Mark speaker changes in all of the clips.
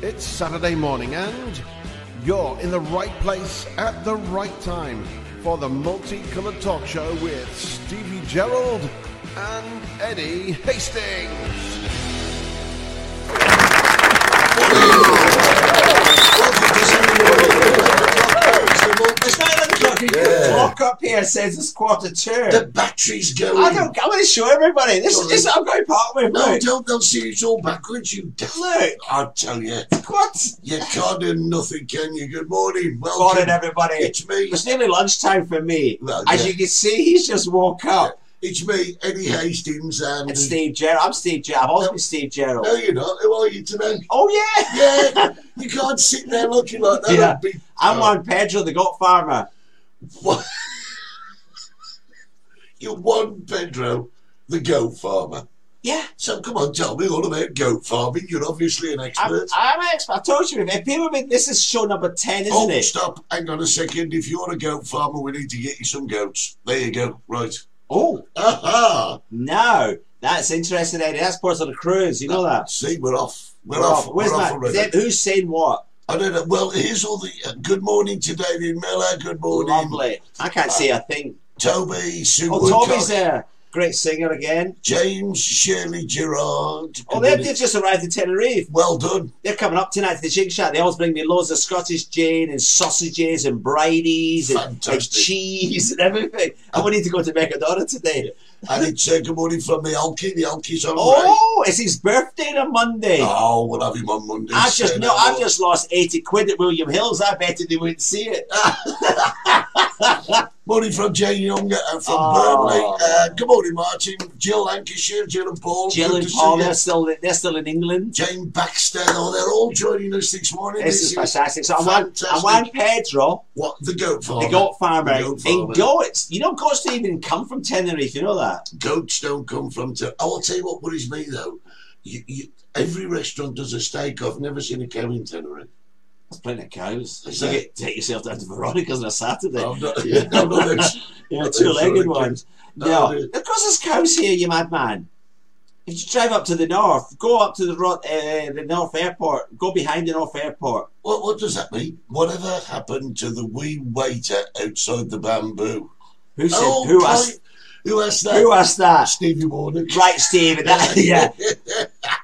Speaker 1: It's Saturday morning and you're in the right place at the right time for the multicolored talk show with Stevie Gerald and Eddie Hastings.
Speaker 2: It's nine o'clock. You can walk up here and say it's quarter two.
Speaker 3: The battery's going.
Speaker 2: I don't. I'm going to show everybody. This is just. I'm going part way.
Speaker 3: No,
Speaker 2: through.
Speaker 3: don't. They'll see it's all backwards. You. d-
Speaker 2: Look.
Speaker 3: I tell you,
Speaker 2: What?
Speaker 3: you can't do nothing, can you? Good morning. Welcome.
Speaker 2: Morning, everybody.
Speaker 3: It's me.
Speaker 2: It's nearly lunchtime for me.
Speaker 3: Well,
Speaker 2: As
Speaker 3: yeah.
Speaker 2: you can see, he's just woke up.
Speaker 3: It's me, Eddie Hastings, and.
Speaker 2: It's Steve Gerald. I'm Steve Gerald. I've always
Speaker 3: No.
Speaker 2: been Steve Gerald.
Speaker 3: No, you're not. Who are you today?
Speaker 2: Oh yeah.
Speaker 3: Yeah, you can't sit there looking like that.
Speaker 2: Yeah.
Speaker 3: I'd Be,
Speaker 2: I'm
Speaker 3: Oh.
Speaker 2: on Pedro the Goat Farmer.
Speaker 3: What? you're one Pedro, the goat farmer.
Speaker 2: Yeah.
Speaker 3: So come on, tell me all about goat farming. You're obviously an
Speaker 2: I'm,
Speaker 3: expert.
Speaker 2: I'm an expert. I told you. If people mean this is show number ten, isn't
Speaker 3: Oh,
Speaker 2: it?
Speaker 3: stop. Hang on a second. If you're a goat farmer, we need to get you some goats. There you go. Right.
Speaker 2: Oh
Speaker 3: Aha!
Speaker 2: no, that's interesting, Eddie. That's part of the cruise. You know that.
Speaker 3: See, we're off. We're, off.
Speaker 2: Where's
Speaker 3: We're off
Speaker 2: my-
Speaker 3: already.
Speaker 2: is that- Who's saying what?
Speaker 3: I don't know. Well, here's all the. Uh, good morning to David Miller. Good morning.
Speaker 2: Lovely. I can't see a thing.
Speaker 3: Toby, Sue
Speaker 2: Oh,
Speaker 3: Woodcock,
Speaker 2: Tommy's there. Great singer again.
Speaker 3: James, Shirley, Gerard.
Speaker 2: Oh,
Speaker 3: Good
Speaker 2: they've,
Speaker 3: morning.
Speaker 2: they've just arrived in Tenerife.
Speaker 3: Well done.
Speaker 2: They're coming up tonight to the Jig Shack. They always bring me loads of Scottish gin and sausages and bridies and, and
Speaker 3: Fantastic.
Speaker 2: cheese and everything. And we need to go to Mercadona today.
Speaker 3: And it's uh, good morning from the Elkie. The Elkie's on right.
Speaker 2: Oh, it's his birthday on a Monday.
Speaker 3: Oh, we'll have him on Monday.
Speaker 2: I just
Speaker 3: So
Speaker 2: no,
Speaker 3: now-
Speaker 2: I've just lost eighty quid at William Hills. I bet they wouldn't see it.
Speaker 3: Ah, Morning from Jane Younger and from
Speaker 2: Oh.
Speaker 3: Burnley. Uh, good morning, Martin. Jill Lancashire, Jill and Paul.
Speaker 2: Jill
Speaker 3: Good
Speaker 2: and
Speaker 3: to see
Speaker 2: Paul,
Speaker 3: you.
Speaker 2: they're still they're still in England.
Speaker 3: Jane Baxter. Oh, they're all joining us this morning.
Speaker 2: This is fantastic. So I'm Juan, I'm
Speaker 3: fantastic.
Speaker 2: Juan Pedro.
Speaker 3: What the goat farm?
Speaker 2: The goat farmer.
Speaker 3: The goat farmer.
Speaker 2: And goats. You know, goats don't even come from Tenerife. You know that?
Speaker 3: Goats don't come from. Ter- I will tell you what worries me though. You, you, every restaurant does a steak. I've never seen a cow in Tenerife.
Speaker 2: There's plenty of cows.
Speaker 3: Is
Speaker 2: you
Speaker 3: there?
Speaker 2: get, take yourself down to Veronica's on a Saturday.
Speaker 3: I've not. Yeah, I've not ex-
Speaker 2: yeah,
Speaker 3: not
Speaker 2: two-legged
Speaker 3: Veronica.
Speaker 2: ones.
Speaker 3: No,
Speaker 2: No,
Speaker 3: the-
Speaker 2: because there's cows here, you madman. If you drive up to the north, go up to the ro- uh, the north airport. Go behind the north airport.
Speaker 3: what, what does that mean? Whatever happened to the wee waiter outside the bamboo?
Speaker 2: Who said?
Speaker 3: Oh,
Speaker 2: who
Speaker 3: God.
Speaker 2: asked?
Speaker 3: Who asked that?
Speaker 2: Who asked that?
Speaker 3: Stevie Warner.
Speaker 2: Right, Stephen. That, yeah,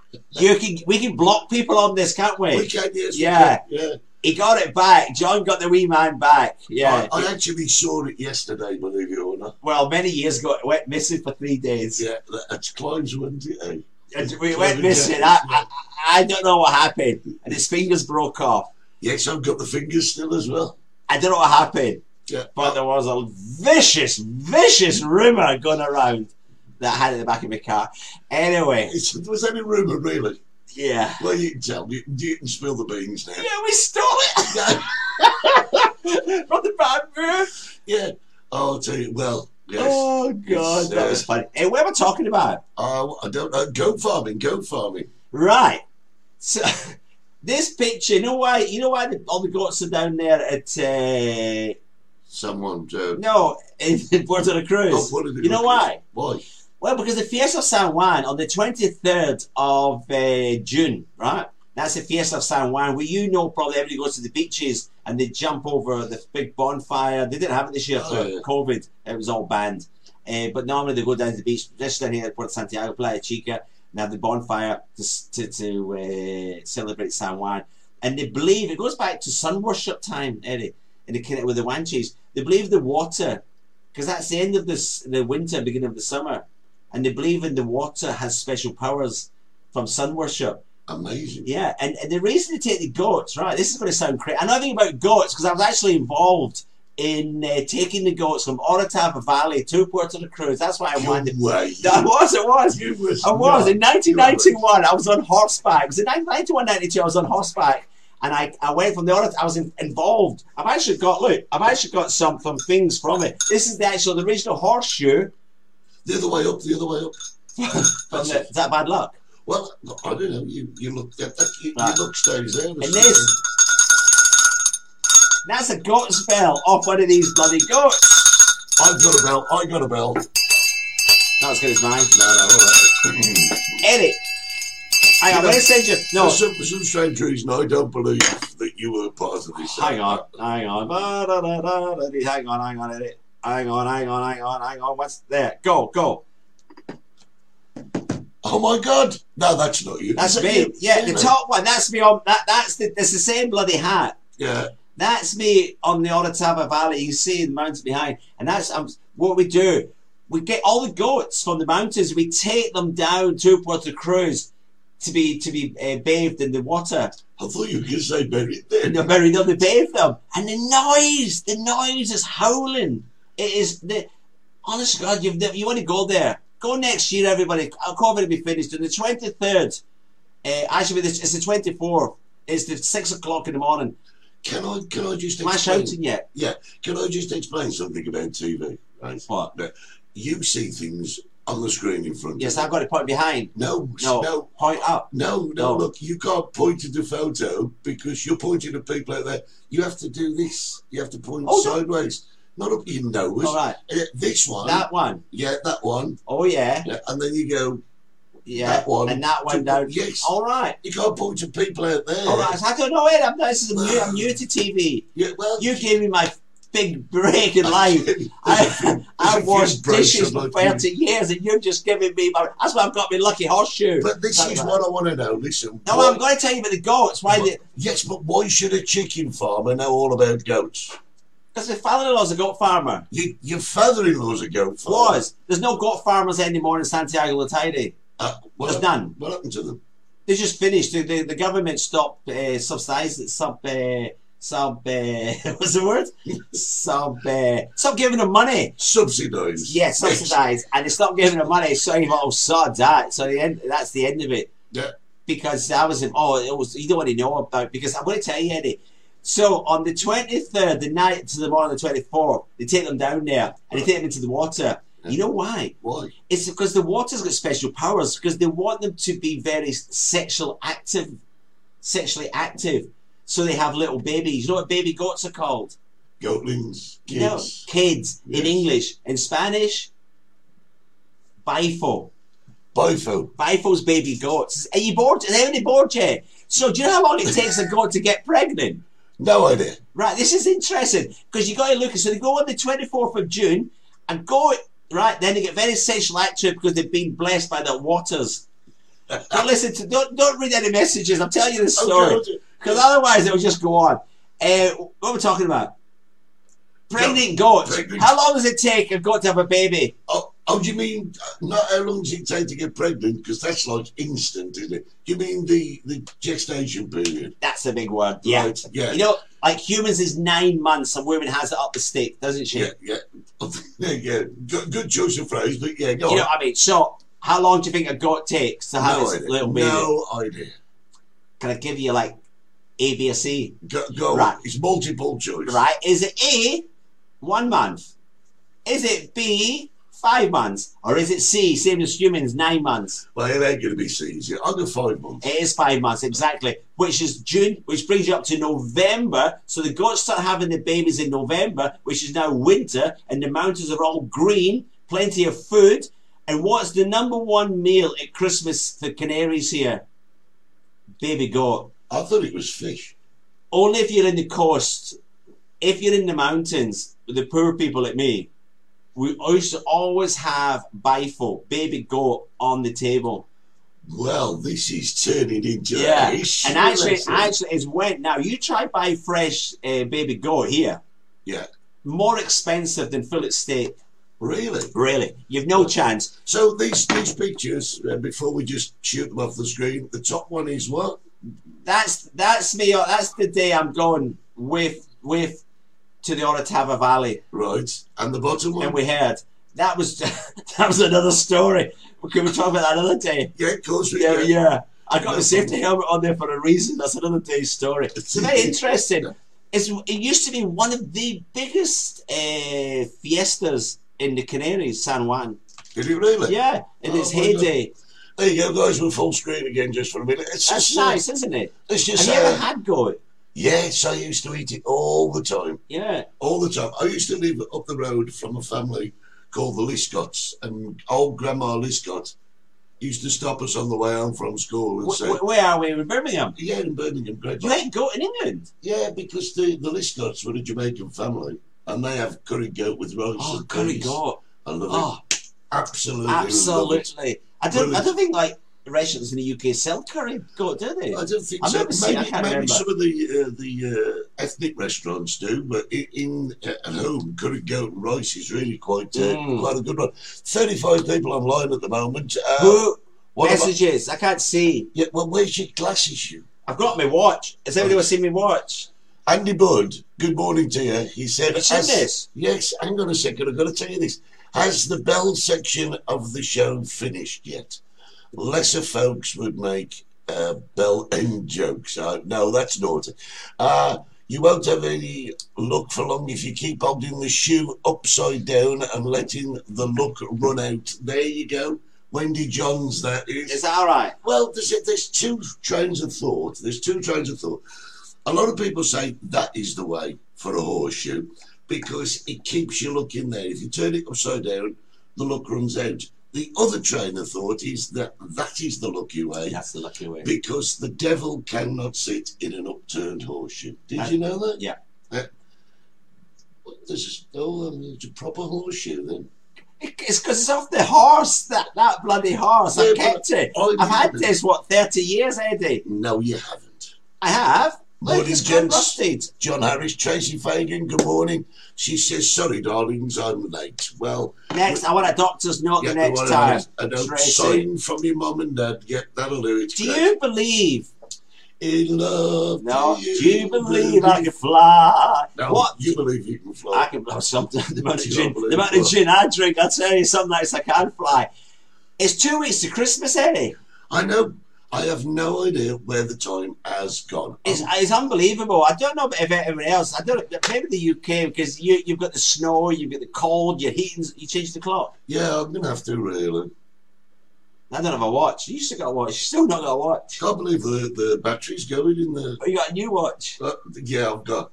Speaker 2: you can. We can block people on this, can't we?
Speaker 3: We can, yes, we
Speaker 2: Yeah.
Speaker 3: can, yeah.
Speaker 2: He got it back. John got the wee man back. Yeah.
Speaker 3: I, I actually saw it yesterday, believe it or not.
Speaker 2: Well, many years ago, it went missing for three days.
Speaker 3: Yeah, that- that's Clive's, wasn't it? eh?
Speaker 2: And we went missing. I, I, I don't know what happened. And his fingers broke off.
Speaker 3: Yes, I've got the fingers still as well.
Speaker 2: I don't know what happened.
Speaker 3: Yeah.
Speaker 2: But there was a vicious, vicious rumour going around that I had in the back of my car. Anyway,
Speaker 3: It's, Uh, was any rumour, really?
Speaker 2: yeah.
Speaker 3: Well, you can tell. You, you can spill the beans now.
Speaker 2: Yeah, we stole it
Speaker 3: Yeah.
Speaker 2: from the bamboo.
Speaker 3: yeah. Oh, I'll tell you. Well, yes.
Speaker 2: Oh, God,
Speaker 3: It's,
Speaker 2: that
Speaker 3: uh,
Speaker 2: was funny. Hey, what am I talking about?
Speaker 3: Uh, I don't know. Goat farming, goat farming.
Speaker 2: Right. So this picture, you know why? You know why the, all the goats are down there at uh,
Speaker 3: Someone. Uh,
Speaker 2: no in, in Puerto de Cruz?
Speaker 3: oh, what are they
Speaker 2: you know
Speaker 3: looking-
Speaker 2: why?
Speaker 3: Why?
Speaker 2: Well, because the Fiesta of San Juan on the 23rd of uh, June, right? That's the Fiesta of San Juan, where you know probably everybody goes to the beaches and they jump over the big bonfire. They didn't have it this year
Speaker 3: Oh,
Speaker 2: for
Speaker 3: yeah.
Speaker 2: COVID, it was all banned. Uh, but normally they go down to the beach, just down here at Puerto Santiago, Playa Chica, and have the bonfire to, s- to, to uh, celebrate San Juan. And they believe, it goes back to sun worship time, Eddie, and they connect with the Wanchis. They believe the water, because that's the end of this, the winter, beginning of the summer and they believe in the water has special powers from sun worship.
Speaker 3: Amazing.
Speaker 2: Yeah, and, and the reason they take the goats, right? This is going to sound crazy. I know nothing about goats because I was actually involved in uh, taking the goats from Orotava Valley to Puerto La Cruz. That's why I
Speaker 3: You
Speaker 2: wanted.
Speaker 3: way.
Speaker 2: I was, I was.
Speaker 3: You was
Speaker 2: I was
Speaker 3: not-
Speaker 2: in 1991. I was on horseback. It was in 1991, 92. I was on horseback, and I, I went from the audit. I was in, involved. I've actually got look. I've actually got some from things from it. This is the actual the original horseshoe.
Speaker 3: The other way up, the other way up.
Speaker 2: From
Speaker 3: That's
Speaker 2: the, is that bad luck?
Speaker 3: Well, I don't know. You, you look that, that you,
Speaker 2: Right.
Speaker 3: you look stays there.
Speaker 2: And this. That's a goat spell off one of these bloody goats.
Speaker 3: I've got a bell. I got a bell. No,
Speaker 2: Not as good as mine.
Speaker 3: no, all right.
Speaker 2: Eddie, Hang on,
Speaker 3: You know,
Speaker 2: let me send you. No,
Speaker 3: For some, for some strange reason, I don't believe that you were part of this.
Speaker 2: hang on, hang on, Ba-da-da-da-da-dee. hang on, hang on, edit. hang on, hang on, hang on, hang on. What's there? Go, go.
Speaker 3: Oh my God! No, that's not you.
Speaker 2: That's
Speaker 3: Is that
Speaker 2: me.
Speaker 3: you?
Speaker 2: Yeah, the
Speaker 3: Really?
Speaker 2: top one. That's me on. That that's the. It's the same bloody hat.
Speaker 3: Yeah,
Speaker 2: That's me on the Orotava Valley. You see the mountains behind, and that's um, what we do. We get all the goats from the mountains. We take them down to Puerto Cruz to be to be uh, bathed in the water.
Speaker 3: I thought you could say buried then.
Speaker 2: And they're buried up. They bathe them, and the noise, the noise is howling. It is the honest to God. You've never, you want to go there? Go next year, everybody. Our COVID will be finished on the twenty third. Uh, actually, it's it's the twenty fourth. It's the six o'clock in the morning.
Speaker 3: Can I? Can I just
Speaker 2: Am I
Speaker 3: explain?
Speaker 2: shouting yet?
Speaker 3: Can I just explain something about TV? Right?
Speaker 2: What?
Speaker 3: You see things on the screen in front.
Speaker 2: Yes,
Speaker 3: of
Speaker 2: I've got it point behind.
Speaker 3: you. No, s-
Speaker 2: No.
Speaker 3: no,
Speaker 2: Point up.
Speaker 3: no, no.
Speaker 2: No.
Speaker 3: Look, you can't point at the photo because you're pointing at people out there. You have to do this. You have to point
Speaker 2: Oh, no.
Speaker 3: sideways, not up your nose.
Speaker 2: All right.
Speaker 3: Uh, This one.
Speaker 2: That one.
Speaker 3: Yeah, that one.
Speaker 2: Oh yeah.
Speaker 3: Yeah, and then you go.
Speaker 2: Yeah.
Speaker 3: That one.
Speaker 2: And that one down.
Speaker 3: Yes.
Speaker 2: All right.
Speaker 3: You can't point to people out there.
Speaker 2: All right. So I don't know it. I'm this is new. I'm new to TV.
Speaker 3: Yeah, well,
Speaker 2: You gave me my big break in life.
Speaker 3: There's a-
Speaker 2: I, I
Speaker 3: few
Speaker 2: washed
Speaker 3: breaks
Speaker 2: dishes
Speaker 3: about
Speaker 2: for
Speaker 3: you.
Speaker 2: 30 years and you're just giving me my. That's why I've got my lucky horseshoe.
Speaker 3: but this
Speaker 2: Sorry
Speaker 3: is
Speaker 2: about
Speaker 3: what I want to know. Listen.
Speaker 2: No,
Speaker 3: why-
Speaker 2: I'm going to tell you about the goats. Why the.
Speaker 3: Yes, but why should a chicken farmer know all about goats?
Speaker 2: Because my father in law's a goat farmer.
Speaker 3: You, your father-in-law's a goat farmer.
Speaker 2: Was. There's no goat farmers anymore in Santiago Latayde.
Speaker 3: Uh, what,
Speaker 2: There's
Speaker 3: hap-
Speaker 2: none.
Speaker 3: what happened to them?
Speaker 2: They just finished. The, the, the government stopped uh, subsidizing, sub. Uh, Sub, uh, what's the word? Sub, uh, stop giving them money.
Speaker 3: Subsidised.
Speaker 2: Yeah, subsidised, and they stopped giving them money. So you oh, sod that. So the end, that's the end of it.
Speaker 3: Yeah.
Speaker 2: Because that was oh, it was you don't want to know about because I'm going to tell you Eddie. So on the 23rd, the night to the morning, the 24th, they take them down there and they take them into the water. You know why?
Speaker 3: Why?
Speaker 2: It's because the water's got special powers because they want them to be very sexual active, sexually active. So they have little babies. You know what baby goats are called?
Speaker 3: Goatlings, kids.
Speaker 2: No, kids in
Speaker 3: Yes.
Speaker 2: English. In Spanish, bifo.
Speaker 3: Bifo.
Speaker 2: Bifo's baby goats. Are you bored? Is anybody bored yet? So do you know how long it takes a goat to get pregnant?
Speaker 3: No idea.
Speaker 2: Right, this is interesting because you got to look. So they go on the 24th of June and go, right, then they get very sexual active because they've been blessed by the waters. Don't listen to, don't, don't read any messages. I'm telling you the story
Speaker 3: Okay,
Speaker 2: because otherwise it will just go on. Uh, what are we talking about? Pregnant goats.
Speaker 3: pregnant-
Speaker 2: How long does it take a goat to have a baby?
Speaker 3: oh, oh, do you mean uh, not how long does it take to get pregnant? Because that's like instant, isn't it? You mean the, the gestation period?
Speaker 2: That's a big word. Yeah.
Speaker 3: Right, yeah.
Speaker 2: You know, like humans is nine months, and women has it up the stick, doesn't she?
Speaker 3: yeah, yeah. yeah, yeah. Good, good choice of phrase, but yeah, go
Speaker 2: You know
Speaker 3: on.
Speaker 2: what I mean? So, how long do you think a goat takes to have
Speaker 3: no
Speaker 2: its
Speaker 3: idea.
Speaker 2: little baby?
Speaker 3: no idea.
Speaker 2: Can I give you like A, B, or C?
Speaker 3: Go, go on.
Speaker 2: Right.
Speaker 3: It's multiple choice.
Speaker 2: Right? Is it A, one month? Is it B, five months? Or is it C, same as humans, nine months?
Speaker 3: Well, it ain't going to be so easy. Under five months.
Speaker 2: It is five months, exactly. Which is June, which brings you up to November. So the goats start having their babies in November, which is now winter, and the mountains are all green, plenty of food. And what's the number one meal at Christmas for canaries here? Baby goat.
Speaker 3: I thought it was fish.
Speaker 2: Only if you're in the coast, if you're in the mountains, with the poor people like me, we used to always have bifo, baby goat, on the table.
Speaker 3: Well, this is turning into
Speaker 2: Yeah,
Speaker 3: a history
Speaker 2: And actually,
Speaker 3: lesson.
Speaker 2: actually, it's went now. You try buy fresh uh, baby goat here.
Speaker 3: Yeah.
Speaker 2: More expensive than fillet steak.
Speaker 3: really.
Speaker 2: Really, you've no chance.
Speaker 3: So these these pictures, uh, before we just shoot them off the screen, the top one is what?
Speaker 2: That's that's me. uh, That's the day I'm going with with to the Orotava Valley.
Speaker 3: Right, and the bottom one.
Speaker 2: And we heard that was that was another story. We could we talk about that another day?
Speaker 3: yeah, of course we
Speaker 2: Yeah,
Speaker 3: can.
Speaker 2: yeah. I got
Speaker 3: No
Speaker 2: the safety
Speaker 3: problem.
Speaker 2: helmet on there for a reason. That's another day's story. It's very interesting.
Speaker 3: Yeah.
Speaker 2: It's, it used to be one of the biggest uh, fiestas in the Canaries, San Juan.
Speaker 3: Did it really?
Speaker 2: Yeah, in its
Speaker 3: Oh, my God.
Speaker 2: heyday.
Speaker 3: There you go, guys. We're full screen again just for a minute. It's
Speaker 2: That's
Speaker 3: just, uh,
Speaker 2: nice, isn't it?
Speaker 3: It's just.
Speaker 2: Have you ever
Speaker 3: uh,
Speaker 2: had goat?
Speaker 3: yes, I used to eat it all the time.
Speaker 2: Yeah.
Speaker 3: all the time. I used to live up the road from a family called the Liscotts, and old Grandma Liscott used to stop us on the way home from school and
Speaker 2: Wh-
Speaker 3: say,
Speaker 2: wh- where are we? We're in Birmingham.
Speaker 3: "Yeah, in Birmingham, great."
Speaker 2: Do they go in England?
Speaker 3: Yeah, because the the Liscotts were a Jamaican family, and they have curry goat with roast.
Speaker 2: Oh,
Speaker 3: and
Speaker 2: curry
Speaker 3: peas.
Speaker 2: goat.
Speaker 3: I love
Speaker 2: Oh,
Speaker 3: it. Absolutely, love it.
Speaker 2: absolutely. I don't. I
Speaker 3: Brilliant.
Speaker 2: don't think like restaurants in the UK sell curry goat, do they?
Speaker 3: I don't think
Speaker 2: I've
Speaker 3: so.
Speaker 2: never
Speaker 3: Maybe,
Speaker 2: seen- I can't
Speaker 3: maybe
Speaker 2: remember.
Speaker 3: some of the uh, the uh, ethnic restaurants do, but in, in uh, at home, curry goat and rice is really quite uh,
Speaker 2: Mm.
Speaker 3: quite a good one. Thirty five people online at the moment. Uh,
Speaker 2: Who
Speaker 3: what about-
Speaker 2: messages? I can't see.
Speaker 3: yeah, well, where's your glasses, you?
Speaker 2: I've got my watch. Has everyone seen my watch?
Speaker 3: Andy Budd, good morning to you. He said,
Speaker 2: Have you seen
Speaker 3: "Has-
Speaker 2: this?
Speaker 3: Yes, hang on a second. I've got to tell you this. Has the bell section of the show finished yet? Lesser folks would make uh, bell end jokes. Uh, no, that's naughty. Uh, you won't have any luck for long if you keep holding the shoe upside down and letting the luck run out. There you go. Wendy Johns, that is.
Speaker 2: Is that all right?
Speaker 3: Well, there's, there's two trains of thought. There's two trains of thought. A lot of people say that is the way for a horseshoe because it keeps your luck in there. If you turn it upside down, the luck runs out. The other train of thought is that that is the lucky way
Speaker 2: That's the lucky way.
Speaker 3: because the devil cannot sit in an upturned horseshoe. Did
Speaker 2: That-
Speaker 3: you know that?
Speaker 2: yeah.
Speaker 3: Uh, what, this is oh, I mean, it's a proper horseshoe then.
Speaker 2: It's because it's off the horse. That that bloody horse. I
Speaker 3: Yeah,
Speaker 2: kept it.
Speaker 3: I
Speaker 2: I've had
Speaker 3: didn't-
Speaker 2: this what thirty years, Eddie.
Speaker 3: No, you haven't.
Speaker 2: I have. Look,
Speaker 3: Morning,
Speaker 2: it's good
Speaker 3: gents.
Speaker 2: rusted.
Speaker 3: John Harris, Tracy Fagan, good morning. She says, sorry, darlings, I'm late. Well,
Speaker 2: Next, I want a doctor's note
Speaker 3: get
Speaker 2: the
Speaker 3: the
Speaker 2: next
Speaker 3: one
Speaker 2: time.
Speaker 3: I don't
Speaker 2: Tracy.
Speaker 3: sign from your mum and dad. Get that'll do. It's
Speaker 2: Do
Speaker 3: great.
Speaker 2: you believe?
Speaker 3: in love?
Speaker 2: No. Do you believe I can fly?
Speaker 3: No,
Speaker 2: What?
Speaker 3: You believe you can
Speaker 2: I
Speaker 3: fly?
Speaker 2: can blow something. The amount of
Speaker 3: It's
Speaker 2: gin, the amount of
Speaker 3: unbelievable.
Speaker 2: gin I drink, I tell you, some nights I can fly. It's two weeks to Christmas, eh? Eddie.
Speaker 3: I, know. I have no idea where the time has gone.
Speaker 2: It's,
Speaker 3: Um,
Speaker 2: it's unbelievable. I don't know about if everyone else. I don't. know- Maybe the UK because you you've got the snow, you've got the cold, you're heating. You change the clock.
Speaker 3: yeah, I'm gonna have to really.
Speaker 2: I don't have a watch. You still got a watch. You still not got a watch.
Speaker 3: Can't believe the the battery's going in there.
Speaker 2: But you got a new watch.
Speaker 3: Uh, yeah, I've got.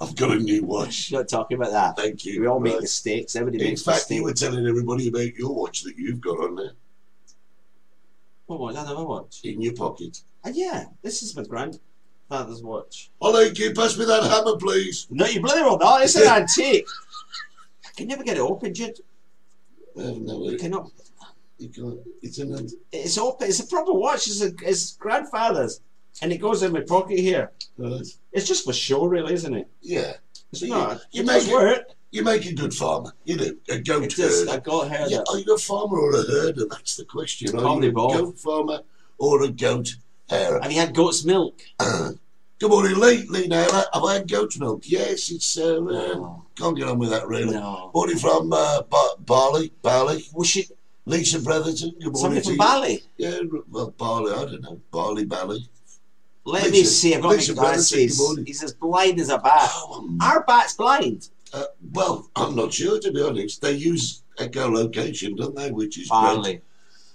Speaker 3: I've got a new watch.
Speaker 2: Not talking about that.
Speaker 3: Thank you.
Speaker 2: We all
Speaker 3: Right.
Speaker 2: make mistakes. Everybody
Speaker 3: In
Speaker 2: makes
Speaker 3: fact, you
Speaker 2: mistakes.
Speaker 3: were telling everybody about your watch that you've got on there
Speaker 2: What watch? Oh, I don't have a watch.
Speaker 3: in your pocket.
Speaker 2: Uh, yeah, this is my grandfather's watch.
Speaker 3: Ollie, can you pass me that hammer, please?
Speaker 2: No, you bloody well not. It's an antique. I can never get it open, Jude.
Speaker 3: Oh, no,
Speaker 2: You
Speaker 3: it,
Speaker 2: cannot.
Speaker 3: you can't. It's an. ant-
Speaker 2: It's open. It's a proper watch. It's, a, it's grandfather's, and it goes in my pocket here.
Speaker 3: Right.
Speaker 2: It's just for show, really, isn't it?
Speaker 3: Yeah,
Speaker 2: It's
Speaker 3: But
Speaker 2: not.
Speaker 3: you- you
Speaker 2: it does
Speaker 3: make it-
Speaker 2: work.
Speaker 3: you make a good farmer. You do a goat
Speaker 2: It does. I
Speaker 3: herder.
Speaker 2: got hair.
Speaker 3: Yeah,
Speaker 2: that
Speaker 3: are you a farmer or a herder? That's the question. Are
Speaker 2: Probably
Speaker 3: you a
Speaker 2: both.
Speaker 3: goat farmer or a goat herder?
Speaker 2: Have you had goat's milk?
Speaker 3: Good morning, Lee. Lee Naylor. Have I had goat's milk? Yes, it's. Uh, um, can't get on with that really.
Speaker 2: No.
Speaker 3: Morning from uh, Bar- Barley. Barley.
Speaker 2: We should.
Speaker 3: Lisa Bretherton. Good morning
Speaker 2: Somebody
Speaker 3: to
Speaker 2: from
Speaker 3: you.
Speaker 2: Bali.
Speaker 3: Yeah, well, barley, I don't know. Barley, barley.
Speaker 2: Let
Speaker 3: Lisa-
Speaker 2: me see. I've got
Speaker 3: Lisa
Speaker 2: my
Speaker 3: Brothers,
Speaker 2: glasses.
Speaker 3: good morning.
Speaker 2: He's as blind as a bat.
Speaker 3: Oh, um,
Speaker 2: Our bat's blind.
Speaker 3: uh, well, I'm not sure, to be honest. They use echolocation, don't they? Which is great.
Speaker 2: Barley.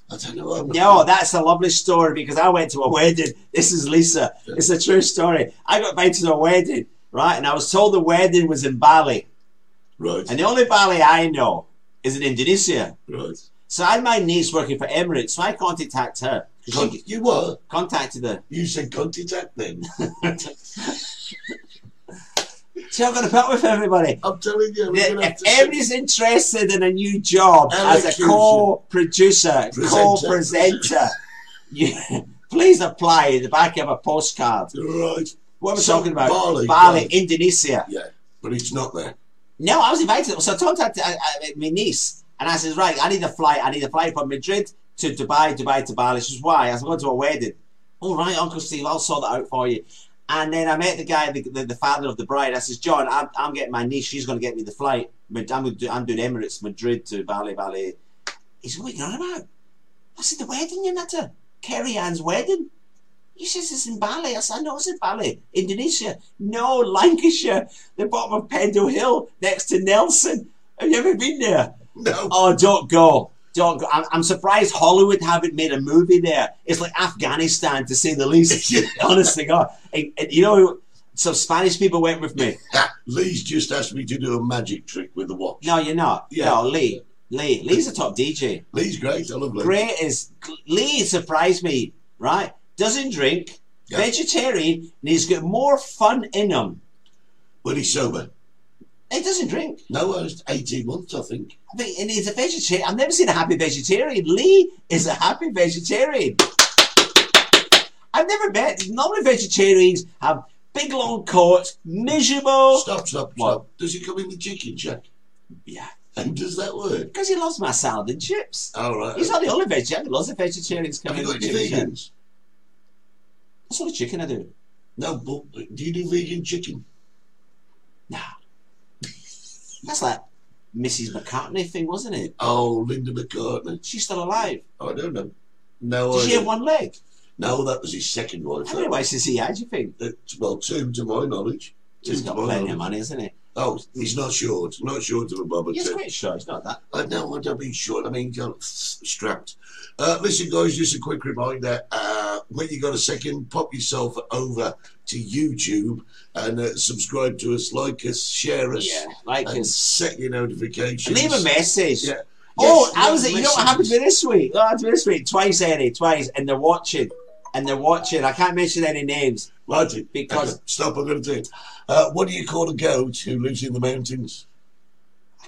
Speaker 3: I don't know. I'm
Speaker 2: No, oh, that's a lovely story because I went to a wedding. This is Lisa. It's a true story. I got invited to a wedding, right? And I was told the wedding was in Bali.
Speaker 3: Right,
Speaker 2: And the only Bali I know is in Indonesia.
Speaker 3: right.
Speaker 2: So I had my niece working for Emirates, so I contacted her.
Speaker 3: Con-
Speaker 2: She
Speaker 3: you were.
Speaker 2: contacted her.
Speaker 3: You said contact then.
Speaker 2: See, I'm going to put with everybody.
Speaker 3: I'm telling you. We're gonna have
Speaker 2: If
Speaker 3: to sit-
Speaker 2: everybody's interested in a new job as a
Speaker 3: Elocution.
Speaker 2: co-producer,
Speaker 3: Presenter.
Speaker 2: co-presenter, you, please apply in the back of a postcard.
Speaker 3: Right.
Speaker 2: What am I
Speaker 3: So,
Speaker 2: talking about?
Speaker 3: Bali,
Speaker 2: Bali,
Speaker 3: Bali.
Speaker 2: Indonesia.
Speaker 3: Yeah, but it's not there.
Speaker 2: No, I was invited. So I contacted I, I, my niece and I says, right, I need a flight. I need a flight from Madrid to Dubai, Dubai to Bali. She says, why? I said, I'm going to a wedding. All right, Uncle Steve, I'll sort that out for you. And then I met the guy, the, the, the father of the bride. I says, John, I'm, I'm getting my niece. She's going to get me the flight. Mad- I'm, gonna do, I'm doing Emirates, Madrid to Bali, Bali. He said, what are you on about? I said, the wedding, you nutter. Kerry Ann's wedding. He says it's in Bali. I said, I know it's in Bali, Indonesia. No, Lancashire, the bottom of Pendle Hill, next to Nelson. Have you ever been there?
Speaker 3: No.
Speaker 2: Oh, don't go. Don't go. I'm, I'm surprised Hollywood haven't made a movie there. It's like Afghanistan, to say the least. Honestly, God. And, and you know, some Spanish people went with me.
Speaker 3: Ah, Lee's just asked me to do a magic trick with the watch.
Speaker 2: No, you're not.
Speaker 3: Yeah.
Speaker 2: No, Lee. Lee. Lee's a top DJ.
Speaker 3: Lee's great. I love Lee.
Speaker 2: Great is Lee surprised me, right? Doesn't drink,
Speaker 3: Yeah.
Speaker 2: vegetarian, and he's got more fun in him.
Speaker 3: When he's sober.
Speaker 2: He doesn't drink.
Speaker 3: No, I was 18 months, I think.
Speaker 2: I mean, and he's a vegetarian. I've never seen a happy vegetarian. Lee is a happy vegetarian. I've never met. Normally, vegetarians have big long coats, miserable.
Speaker 3: Stop, stop, stop.
Speaker 2: Oh. What?
Speaker 3: Does he come in with chicken, Jack?
Speaker 2: Yeah,
Speaker 3: And does that work?
Speaker 2: because he loves my salad and chips.
Speaker 3: All right.
Speaker 2: He's not the only vegetarian. Lots of vegetarians come
Speaker 3: Have you
Speaker 2: in.
Speaker 3: got
Speaker 2: with
Speaker 3: any
Speaker 2: chicken.
Speaker 3: vegans?
Speaker 2: What sort of chicken I do?
Speaker 3: No, but do you do vegan chicken?
Speaker 2: Nah. That's like Mrs. McCartney thing, wasn't it?
Speaker 3: Oh, Linda McCartney.
Speaker 2: She's still alive.
Speaker 3: I don't know. No,
Speaker 2: Does
Speaker 3: I
Speaker 2: she have one leg?
Speaker 3: no, that was his second wife.
Speaker 2: How many
Speaker 3: that.
Speaker 2: wives does he had, do you think?
Speaker 3: It's- well, two to my knowledge. Two
Speaker 2: He's
Speaker 3: to
Speaker 2: got
Speaker 3: my
Speaker 2: plenty of
Speaker 3: knowledge.
Speaker 2: money, isn't he?
Speaker 3: Oh, he's not short. Not short of a bob or
Speaker 2: He's
Speaker 3: two.
Speaker 2: quite sure. He's not that
Speaker 3: I know I don't mean short, I mean kind of strapped. Uh, listen, guys, just a quick reminder uh, when you got a second, pop yourself over to YouTube and uh, subscribe to us, like us, share us,
Speaker 2: Yeah, like
Speaker 3: and
Speaker 2: us.
Speaker 3: set your notifications.
Speaker 2: Leave a message.
Speaker 3: Yeah.
Speaker 2: Oh,
Speaker 3: Yes,
Speaker 2: I was.
Speaker 3: leave
Speaker 2: You know what happened
Speaker 3: messages.
Speaker 2: to me this week? What happened to me this week? Twice, Eddie. Twice, and they're watching. And they're watching. I can't mention any names.
Speaker 3: Martin,
Speaker 2: Because-
Speaker 3: okay, stop, I'm going to do it. Uh, what do you call a goat who lives in the mountains?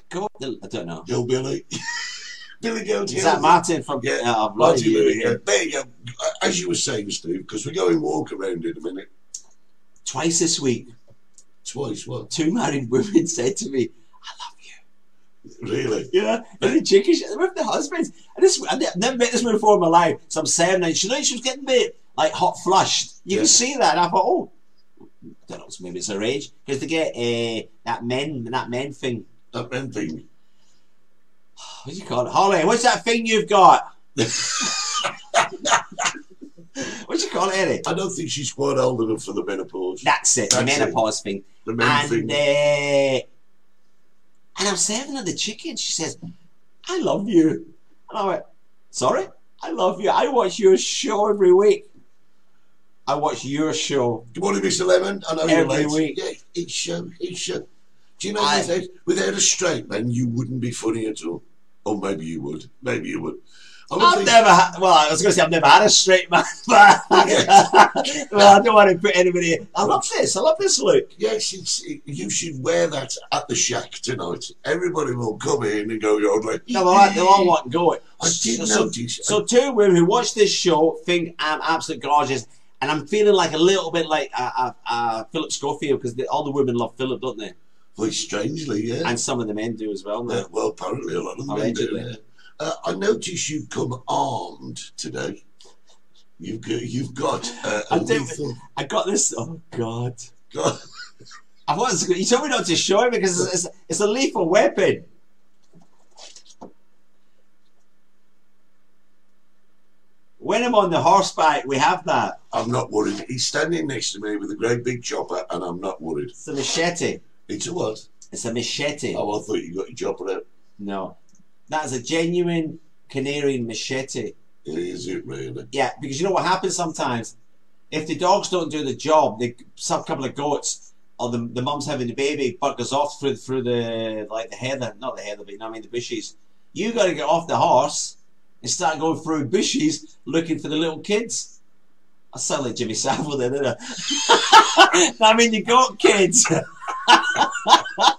Speaker 2: Go. I don't know.
Speaker 3: Bill Billy. Billy Goat
Speaker 2: Is
Speaker 3: Hill.
Speaker 2: that Martin from?
Speaker 3: Yeah,
Speaker 2: Uh, I've
Speaker 3: Martin
Speaker 2: lost you
Speaker 3: Lewis, yeah.
Speaker 2: here.
Speaker 3: There you go. Uh, As you were saying, Steve, because we're going walk around in a minute.
Speaker 2: Twice this week,
Speaker 3: Twice, what?
Speaker 2: two married women said to me, "I love you."
Speaker 3: Really?
Speaker 2: Yeah, and the chickish with the husbands. And this, I've never met this woman before in my life. So I'm saying that she looked, she was getting a bit like hot flushed. You
Speaker 3: Yeah.
Speaker 2: can see that. And I thought, oh, I don't know, maybe it's her age because they get uh, that men, that men thing.
Speaker 3: That man thing.
Speaker 2: What do you call it, Holly? What's that thing you've got? what do you call it, Eddie?
Speaker 3: I don't think she's quite old enough for the menopause.
Speaker 2: That's it, the
Speaker 3: That's it.
Speaker 2: menopause thing.
Speaker 3: the men
Speaker 2: and
Speaker 3: thing.
Speaker 2: uh, and I'm serving her the chicken. She says, "I love you," and I went, "Sorry, I love you. I watch your show every week. I watch your show.
Speaker 3: Good morning, Mr. Lemon. I know you're
Speaker 2: Every
Speaker 3: late.
Speaker 2: week.
Speaker 3: Yeah, it's show. It's show. Do you know,
Speaker 2: I-
Speaker 3: without, without a straight man, you wouldn't be funny at all. Or maybe you would. Maybe you would. I would
Speaker 2: I've
Speaker 3: think-
Speaker 2: never had. Well, I was going to say I've never had a straight man, but well, I don't want to put anybody. In. I love this. I love this look.
Speaker 3: Yes, it's, it, you should wear that at the shack tonight. Everybody will come in and go, you're like,
Speaker 2: No, all right, they all want going.
Speaker 3: I did
Speaker 2: So- so
Speaker 3: notice. uh,
Speaker 2: So two women who watch this show think I'm absolutely gorgeous, and I'm feeling like a little bit like uh, uh, uh, Philip Schofield because all the women love Philip, don't they?
Speaker 3: well, strangely, yeah.
Speaker 2: And some of the men do as well.
Speaker 3: Uh,
Speaker 2: Now.
Speaker 3: well, apparently a lot of them men do.
Speaker 2: Allegedly.
Speaker 3: yeah. Uh, I notice you've come armed today. You've got, you've got uh, a
Speaker 2: I do.
Speaker 3: lethal.
Speaker 2: I got this. Oh God!
Speaker 3: God,
Speaker 2: I was. You told me not to show it because it's, it's, it's a lethal weapon. When I'm on the horseback, we have that.
Speaker 3: I'm not worried. He's standing next to me with a great big chopper, and I'm not worried.
Speaker 2: It's a machete.
Speaker 3: It's a what?
Speaker 2: It's a machete.
Speaker 3: Oh, I thought you got your chopper out.
Speaker 2: No, that is a genuine Canarian machete.
Speaker 3: Is it really?
Speaker 2: Yeah, because you know what happens sometimes? If the dogs don't do the job, they, some couple of goats or the, the mum's having the baby buggers off through through the like the heather, not the heather, but you know what I mean, the bushes. You got to get off the horse and start going through bushes looking for the little kids. I sound like Jimmy Savile there, didn't I? I mean, you got kids. you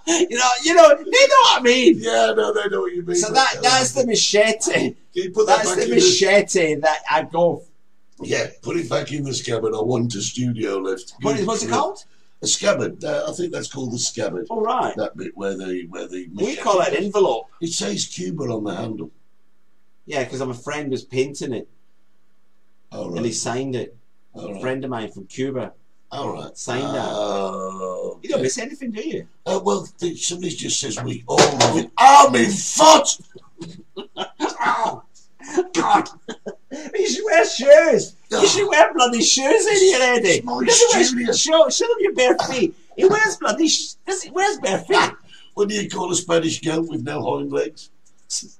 Speaker 2: know, you know, you know what I mean.
Speaker 3: Yeah, no, they know what you mean.
Speaker 2: So that that's the machete.
Speaker 3: Can you put that
Speaker 2: That's
Speaker 3: back
Speaker 2: the
Speaker 3: in the-
Speaker 2: machete that I go
Speaker 3: Yeah, put it back in the scabbard. I want a studio lift.
Speaker 2: What is, what's it called?
Speaker 3: A scabbard. Uh, I think that's called the scabbard.
Speaker 2: All right.
Speaker 3: That bit where the where the
Speaker 2: We call it an envelope.
Speaker 3: It says Cuba on the handle.
Speaker 2: Yeah, because I'm a friend was painting it
Speaker 3: All
Speaker 2: and he
Speaker 3: right.
Speaker 2: signed it.
Speaker 3: All
Speaker 2: A
Speaker 3: right.
Speaker 2: friend of mine from Cuba.
Speaker 3: All right.
Speaker 2: Signed that.
Speaker 3: Oh,
Speaker 2: You don't miss anything, do you?
Speaker 3: uh, well, th- somebody just says we all love it. Oh, my foot!
Speaker 2: Oh, God. you should wear shoes. You should wear bloody shoes in here, Eddie.
Speaker 3: It's my
Speaker 2: Doesn't wear-
Speaker 3: studio.
Speaker 2: Show, show them your bare feet. He wears bloody. Sh- does he wears bare feet?
Speaker 3: What do you call a Spanish goat with no hind legs?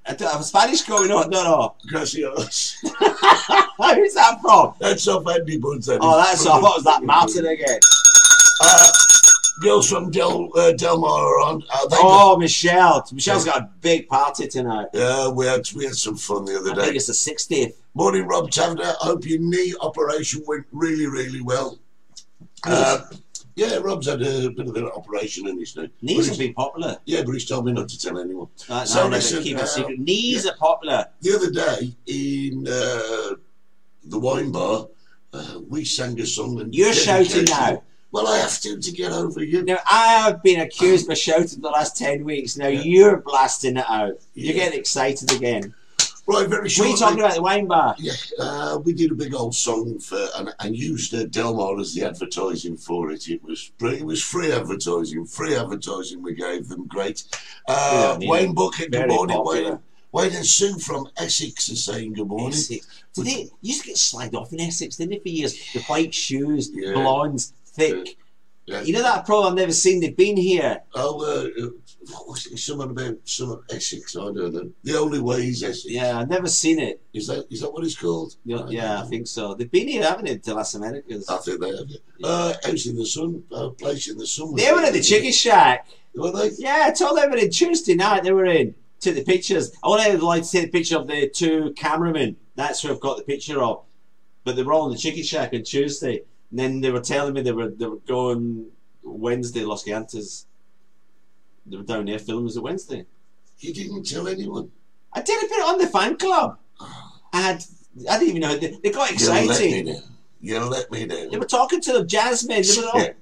Speaker 2: I don't have a Spanish going on. No,
Speaker 3: Gracias.
Speaker 2: no. Who's that from?
Speaker 3: That's off Andy Burns.
Speaker 2: Oh, that's. I thought it was that Martin again.
Speaker 3: Uh, girls from Del uh, Delmar are on. Uh, they got-
Speaker 2: Oh, Michelle. Michelle's got a big party tonight.
Speaker 3: yeah, we had we had some fun the other
Speaker 2: I
Speaker 3: day.
Speaker 2: think it's the 60th.
Speaker 3: Morning, Rob Tavner. I hope your knee operation went really, really well. Uh, yeah, Rob's had a bit of an operation in his knee.
Speaker 2: Knees
Speaker 3: But
Speaker 2: have
Speaker 3: he's-
Speaker 2: been popular.
Speaker 3: Yeah, but he's told me not to tell anyone.
Speaker 2: Like,
Speaker 3: So
Speaker 2: no, no,
Speaker 3: listen,
Speaker 2: keep
Speaker 3: uh,
Speaker 2: it secret. Knees are popular.
Speaker 3: The other day in uh, the wine bar, uh, we sang a song. And
Speaker 2: You're shouting now.
Speaker 3: Well, I have to to get over you.
Speaker 2: Now, I have been accused of shouting the last 10 weeks. Now,
Speaker 3: Yeah.
Speaker 2: you're blasting it out. You're
Speaker 3: Yeah.
Speaker 2: getting excited again.
Speaker 3: Right, very
Speaker 2: Were
Speaker 3: shortly.
Speaker 2: you talking about the wine bar?
Speaker 3: Yeah, uh, we did a big old song for and, and used uh, Delmar as the advertising for it. It was free, it was free advertising, free advertising. We gave them great. Uh,
Speaker 2: Yeah, yeah.
Speaker 3: Wayne Booker, good
Speaker 2: Very
Speaker 3: morning,
Speaker 2: popular.
Speaker 3: Wayne. Wayne and Sue from Essex are saying good morning.
Speaker 2: Essex. Did they, you used to get slagged off in Essex, didn't it, for years? The white shoes,
Speaker 3: Yeah.
Speaker 2: blondes, thick.
Speaker 3: Yeah.
Speaker 2: You know that pro I've never seen? They've been here.
Speaker 3: Oh, uh, what was it? Someone about some Essex. I don't know. The only way is Essex.
Speaker 2: Yeah, I've never seen it.
Speaker 3: Is that is that what it's called?
Speaker 2: You know,
Speaker 3: I
Speaker 2: yeah, I
Speaker 3: don't know.
Speaker 2: think so. They've been here, haven't they, to Las Americas?
Speaker 3: I think they have. Yeah. Uh, House in the Sun, uh, Place in the Sun. was
Speaker 2: They were
Speaker 3: there,
Speaker 2: at the
Speaker 3: wasn't
Speaker 2: chicken shack.
Speaker 3: it? Were they?
Speaker 2: Yeah, I told them in Tuesday night they were in. Took the pictures. I would have liked to take the picture of the two cameramen. That's who I've got the picture of. But they were all in the chicken shack on Tuesday. And then they were telling me they were they were going Wednesday, Los Gantos. They were down there filming was it Wednesday.
Speaker 3: You didn't tell anyone.
Speaker 2: I did I put it on the fan club. I had I didn't even know they, they got
Speaker 3: You let me
Speaker 2: excited.
Speaker 3: down. You let me down.
Speaker 2: They were talking to them, Jasmine. They were all
Speaker 3: Yeah.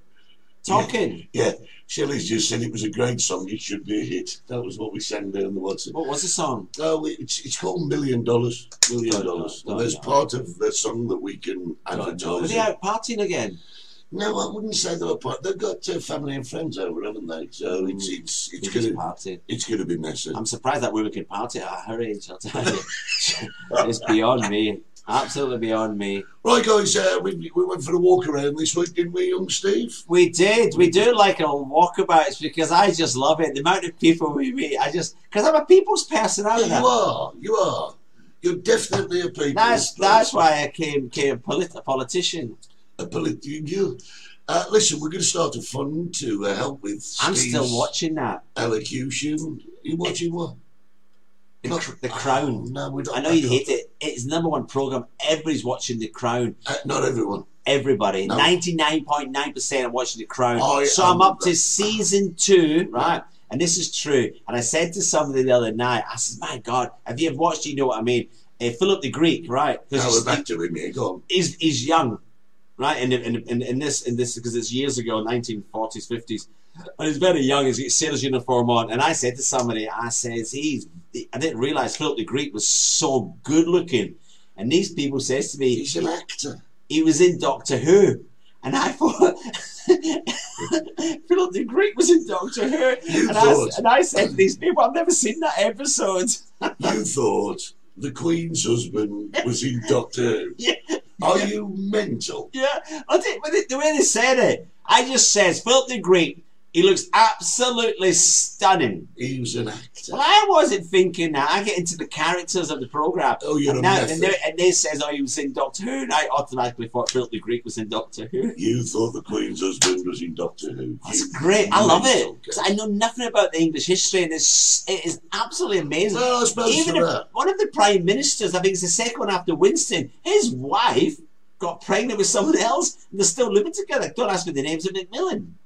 Speaker 2: talking.
Speaker 3: Yeah, Shelley's just said it was a great song. It should be a hit. That was what we sang down the WhatsApp.
Speaker 2: What was the song?
Speaker 3: Oh, it's, it's called Million Dollars. Million
Speaker 2: Don't know,
Speaker 3: Dollars.
Speaker 2: don't
Speaker 3: and there's
Speaker 2: know.
Speaker 3: part of the song that we can
Speaker 2: Were
Speaker 3: advertise.
Speaker 2: they
Speaker 3: it.
Speaker 2: out partying again?
Speaker 3: No, I wouldn't say they were part. They've got uh, family and friends over, haven't they? So it's
Speaker 2: Mm. Um,
Speaker 3: it's it's
Speaker 2: They just
Speaker 3: gonna
Speaker 2: party.
Speaker 3: it's gonna be massive.
Speaker 2: I'm surprised that women can party at her age, I'll tell you. it's beyond me. Absolutely beyond me.
Speaker 3: Right, guys. Uh, we we went for a walk around this week, didn't we, young Steve?
Speaker 2: We did. We do like a walkabouts because I just love it. The amount of people we meet, I just because I'm a people's person. I
Speaker 3: Yeah,
Speaker 2: don't
Speaker 3: you
Speaker 2: know.
Speaker 3: are. You are. You're definitely a people.
Speaker 2: That's that's why I came came a, polit- a politician.
Speaker 3: a political you. Uh, listen, we're going to start a fund to uh, help with
Speaker 2: I'm
Speaker 3: Steve's
Speaker 2: still watching that.
Speaker 3: Elocution. You watching what?
Speaker 2: The,
Speaker 3: Not-
Speaker 2: The Crown.
Speaker 3: Oh, no, we don't.
Speaker 2: I know you'd hate it. It's number one program. Everybody's watching The Crown.
Speaker 3: Uh, not everyone.
Speaker 2: Everybody,
Speaker 3: No. Oh,
Speaker 2: ninety-nine point nine percent are watching The Crown.
Speaker 3: I
Speaker 2: so I'm
Speaker 3: am-
Speaker 2: up to season two, right? And this is true. And I said to somebody the other night, I said, "My God, have you ever watched? it? You know what I mean? Uh, Philip the Greek, right?
Speaker 3: Now we're
Speaker 2: Because
Speaker 3: back to him. Yeah, go on.
Speaker 2: he's, he's young, right? And in, in, in this, in this, because it's years ago, nineteen forties, fifties, and he's very young. He's got his sailor's uniform on. And I said to somebody, I says, he's. I didn't realize Philip the Greek was so good looking. And these people says to me,
Speaker 3: He's an actor.
Speaker 2: he was in Doctor Who. And I thought Philip the Greek was in Doctor Who.
Speaker 3: You
Speaker 2: And I,
Speaker 3: thought.
Speaker 2: and I said to these people, I've never seen that episode.
Speaker 3: You thought the Queen's husband was in Doctor Who.
Speaker 2: Yeah.
Speaker 3: Are you mental?
Speaker 2: Yeah. I did, but the- the way they said it, I just says, Philip the Greek, he looks absolutely stunning.
Speaker 3: He was an actor.
Speaker 2: Well, I wasn't thinking that. I get into the characters of the program.
Speaker 3: Oh, you're a
Speaker 2: and, now, and,
Speaker 3: method.
Speaker 2: they, and they says, oh, he was in Doctor Who. And I automatically thought Philip the Greek was in Doctor Who.
Speaker 3: You thought the Queen's husband was in Doctor Who.
Speaker 2: That's
Speaker 3: You
Speaker 2: great. I love
Speaker 3: mental
Speaker 2: it because I know nothing about the English history, and it's it is absolutely amazing.
Speaker 3: Well, I suppose
Speaker 2: Even
Speaker 3: for
Speaker 2: if
Speaker 3: that.
Speaker 2: one of the prime ministers, I think it's the second one after Winston, his wife got pregnant with someone else, and they're still living together. Don't ask me the names of Macmillan.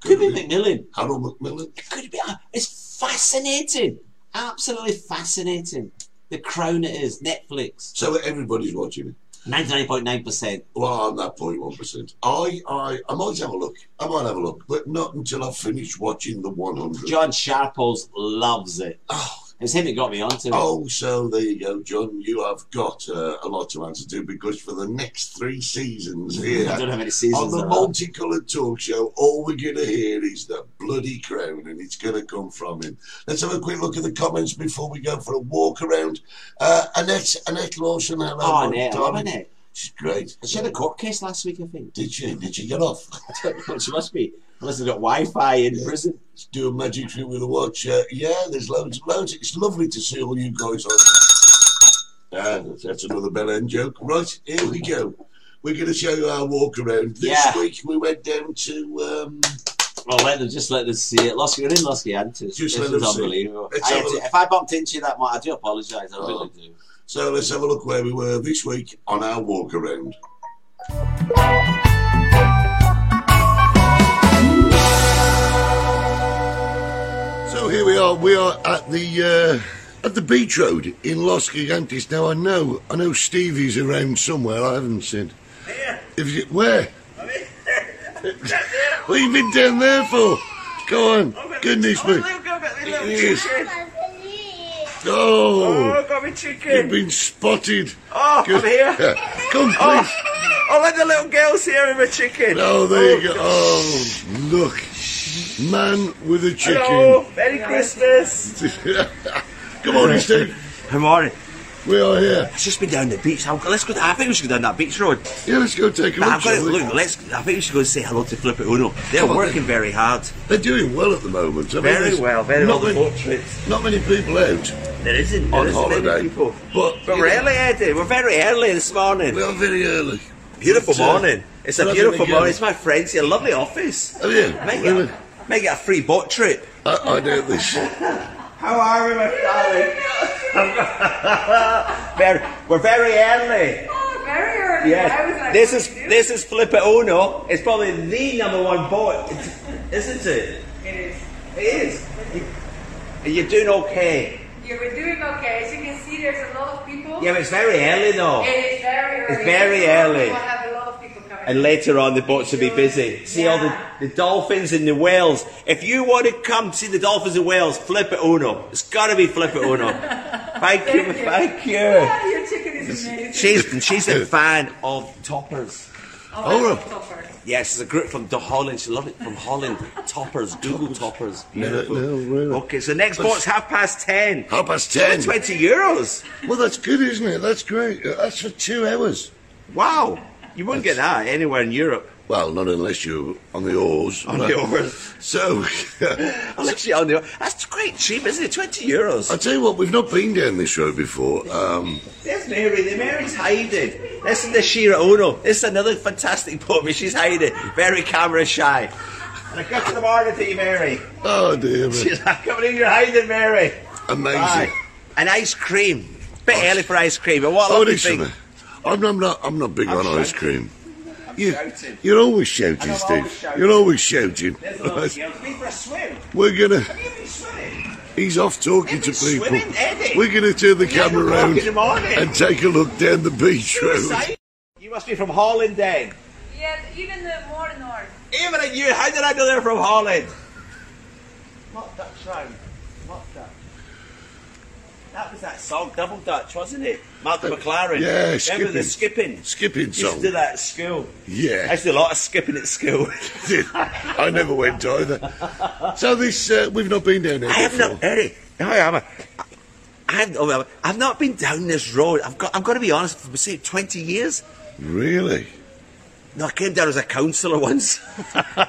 Speaker 2: Could be Macmillan.
Speaker 3: Harold Macmillan.
Speaker 2: It could be. Ah, It's fascinating. Absolutely fascinating. The Crown it is. Netflix.
Speaker 3: So everybody's watching it.
Speaker 2: Ninety nine point nine percent.
Speaker 3: Well, I'm that 0.1 percent. I, I, I might have a look. I might have a look, but not until I've finished watching the 100.
Speaker 2: John Sharples loves it.
Speaker 3: oh,
Speaker 2: It was him that got me onto it.
Speaker 3: oh, so there you go, John. You have got uh, a lot to answer to because for the next three seasons
Speaker 2: I
Speaker 3: here
Speaker 2: don't know how many Mm-hmm. seasons.
Speaker 3: on the
Speaker 2: there are.
Speaker 3: multicoloured talk show, all we're going to hear is the bloody crown, and it's going to come from him. Let's have a quick look at the comments before we go for a walk around. Uh, Annette, Annette Lawson, hello.
Speaker 2: Oh,
Speaker 3: my
Speaker 2: Annette, I love
Speaker 3: darling.
Speaker 2: Annette.
Speaker 3: She's great.
Speaker 2: She had a court case last week, I think.
Speaker 3: Did she? Did she get off?
Speaker 2: she must be. Unless they've got Wi Fi in
Speaker 3: Yeah.
Speaker 2: prison.
Speaker 3: do a magic trick with a watch. Uh, yeah, there's loads, loads. It's lovely to see all you guys on. Ah, that's another bell end joke. Right, here we go. We're going to show you our walk around. This
Speaker 2: Yeah.
Speaker 3: week we went down to um,
Speaker 2: Well, let them just let them see it. Losky, we're in Losky Antis.
Speaker 3: Just
Speaker 2: This
Speaker 3: let
Speaker 2: is
Speaker 3: them see.
Speaker 2: unbelievable.
Speaker 3: Let's
Speaker 2: I
Speaker 3: have
Speaker 2: had
Speaker 3: a
Speaker 2: to-
Speaker 3: look.
Speaker 2: if I bumped into you that much, I do apologise. I
Speaker 3: Oh.
Speaker 2: really do.
Speaker 3: So let's have a look where we were this week on our walk around. So here we are. We are at the uh, at the beach road in Los Gigantes. Now I know I know Stevie's around somewhere. I haven't seen. If you, where? what have you been down there for? Go on. Goodness me. Yes.
Speaker 4: Oh,
Speaker 3: Oh,
Speaker 4: got me
Speaker 3: you've
Speaker 4: chicken.
Speaker 3: been spotted.
Speaker 4: Oh, I'm here.
Speaker 3: Come, please.
Speaker 4: Oh, let the little girls here with my chicken.
Speaker 3: Oh, there you go. Oh, look. Man with a chicken.
Speaker 4: Hello, Merry Christmas.
Speaker 3: Come on, Steve.
Speaker 4: Good morning.
Speaker 3: We are here.
Speaker 4: It's just been down the beach. I'll, let's go. I think we should go down that beach road.
Speaker 3: Yeah, let's go take a
Speaker 4: Nah,
Speaker 3: look.
Speaker 4: I've got it.
Speaker 3: shall we?
Speaker 4: Look, let's. I think we should go and say hello to Flipper Uno. They're
Speaker 3: Come on,
Speaker 4: working very hard.
Speaker 3: They're doing well at the moment. I mean,
Speaker 4: Very
Speaker 3: there's
Speaker 4: well. Very well.
Speaker 3: not
Speaker 4: The
Speaker 3: Many,
Speaker 4: boat trips.
Speaker 3: not many people out
Speaker 4: There isn't. There
Speaker 3: on
Speaker 4: isn't
Speaker 3: holiday.
Speaker 4: many people.
Speaker 3: But,
Speaker 4: But
Speaker 3: you
Speaker 4: we're
Speaker 3: know,
Speaker 4: early, Eddie. We're very early this morning.
Speaker 3: We are very early.
Speaker 4: Beautiful
Speaker 3: But, uh,
Speaker 4: morning. It's a
Speaker 3: nothing
Speaker 4: beautiful
Speaker 3: again.
Speaker 4: morning. It's my friends here. Lovely office.
Speaker 3: Oh, yeah.
Speaker 4: Make
Speaker 3: Really?
Speaker 4: it, make it a free boat trip.
Speaker 3: I, I doubt this.
Speaker 4: How are we, my darling? very, we're very early.
Speaker 5: Oh, very early. I was
Speaker 4: Yes.
Speaker 5: like,
Speaker 4: This
Speaker 5: what
Speaker 4: is
Speaker 5: do you do?
Speaker 4: this is Flipper Uno. It's probably the number one boat, isn't it?
Speaker 5: It is.
Speaker 4: It is. You- You're doing okay.
Speaker 5: Yeah, we're doing okay. As you can see, there's a lot of people.
Speaker 4: Yeah, but it's very early though.
Speaker 5: It is very early.
Speaker 4: It's very early.
Speaker 5: We'll have a lot of people coming.
Speaker 4: And later on, the boats will be busy. See all the,
Speaker 5: Yeah.
Speaker 4: the dolphins and the whales. If you want to come see the dolphins and whales, Flipper Uno. It's got to be Flipper Uno. thank you,
Speaker 5: Thank you.
Speaker 4: thank you.
Speaker 5: Yeah, your chicken is amazing.
Speaker 4: She's she's a fan of toppers.
Speaker 5: oh,
Speaker 3: Hold
Speaker 5: that's so far.
Speaker 4: Yes, it's a group from the Holland. She loved it from Holland. toppers, Google toppers. Beautiful.
Speaker 3: no, really.
Speaker 4: Okay, so next boat's half past ten.
Speaker 3: Half past ten.
Speaker 4: Twenty euros.
Speaker 3: Well, that's good, isn't it? That's great. That's for two hours.
Speaker 4: Wow, you wouldn't get that anywhere in Europe.
Speaker 3: Well, not unless you're on the oars.
Speaker 4: On the oars.
Speaker 3: So,
Speaker 4: Actually, on the that's quite cheap, isn't it? Twenty euros.
Speaker 3: I'll tell you what, we've not been down this road before. Um,
Speaker 4: There's Mary. The Mary's hiding. This is the Shira Ono. This is another fantastic poem. She's hiding. Very camera shy. And a good morning to you, Mary.
Speaker 3: oh, dear me.
Speaker 4: She's like, coming in. You're hiding, Mary.
Speaker 3: Amazing.
Speaker 4: Aye. And ice cream. Bit early for ice cream, but what a
Speaker 3: Oh,
Speaker 4: lovely
Speaker 3: this
Speaker 4: thing.
Speaker 3: summer. I'm, I'm not. I'm not big
Speaker 4: I'm
Speaker 3: on ice
Speaker 4: shouting.
Speaker 3: cream. You,
Speaker 4: shouting.
Speaker 3: you're always shouting,
Speaker 4: I'm
Speaker 3: Steve.
Speaker 4: always shouting.
Speaker 3: You're always shouting.
Speaker 4: There's a lot of girls. Me for a swim.
Speaker 3: We're gonna.
Speaker 4: You've been swimming.
Speaker 3: He's off talking
Speaker 4: You've
Speaker 3: to
Speaker 4: been
Speaker 3: people.
Speaker 4: swimming, Eddie.
Speaker 3: We're gonna turn the
Speaker 4: Eleven
Speaker 3: camera
Speaker 4: o'clock
Speaker 3: around
Speaker 4: in the morning.
Speaker 3: and take a look down the beach
Speaker 4: You were
Speaker 3: road.
Speaker 4: saying- You must be from Holland then.
Speaker 5: Yeah, even the more north.
Speaker 4: Even at you, how did I know they're from Holland? Not Dutch round. Not Dutch. That was that song, Double Dutch, wasn't it? Malcolm McLaren.
Speaker 3: yeah,
Speaker 4: Remember
Speaker 3: skipping.
Speaker 4: the skipping?
Speaker 3: Skipping
Speaker 4: Used to
Speaker 3: song.
Speaker 4: do that at school. I
Speaker 3: Yeah,
Speaker 4: used to do a lot of skipping at school.
Speaker 3: I never went either. So this uh, we've not been down there
Speaker 4: I have
Speaker 3: before.
Speaker 4: not, Eric. I am. a- I have, oh, well, I've not been down this road. I've got. I've got to be honest. For say twenty years.
Speaker 3: Really?
Speaker 4: No, I came down as a counsellor once.
Speaker 3: How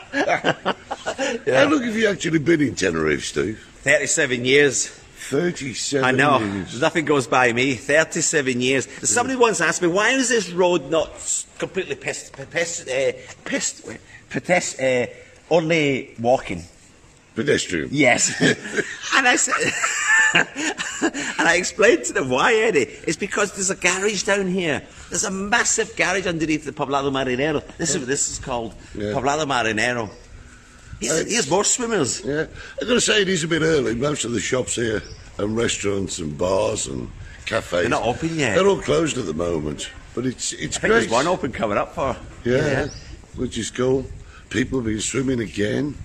Speaker 3: long have you actually been in Tenerife, Steve?
Speaker 4: Thirty-seven years.
Speaker 3: Thirty-seven.
Speaker 4: I know.
Speaker 3: years.
Speaker 4: Nothing goes by me. 37 years. Somebody once asked me, why is this road not s- completely pest, pe- pest, uh, pest, wait, protest, uh, only walking?
Speaker 3: Pedestrian.
Speaker 4: Yes. and I said, and I explained to them why, Eddie. It's because there's a garage down here. There's a massive garage underneath the Poblado Marinero. This is what this is called.
Speaker 3: Yeah.
Speaker 4: Poblado Marinero. Here's,
Speaker 3: Uh,
Speaker 4: here's more swimmers.
Speaker 3: Yeah, I've got to say it is a bit early. Most of the shops here and restaurants and bars and cafes
Speaker 4: They're not open yet.
Speaker 3: They're all closed at the moment. But it's it's
Speaker 4: I think
Speaker 3: great.
Speaker 4: there's one open coming up for.
Speaker 3: yeah, which is cool. People have been swimming again.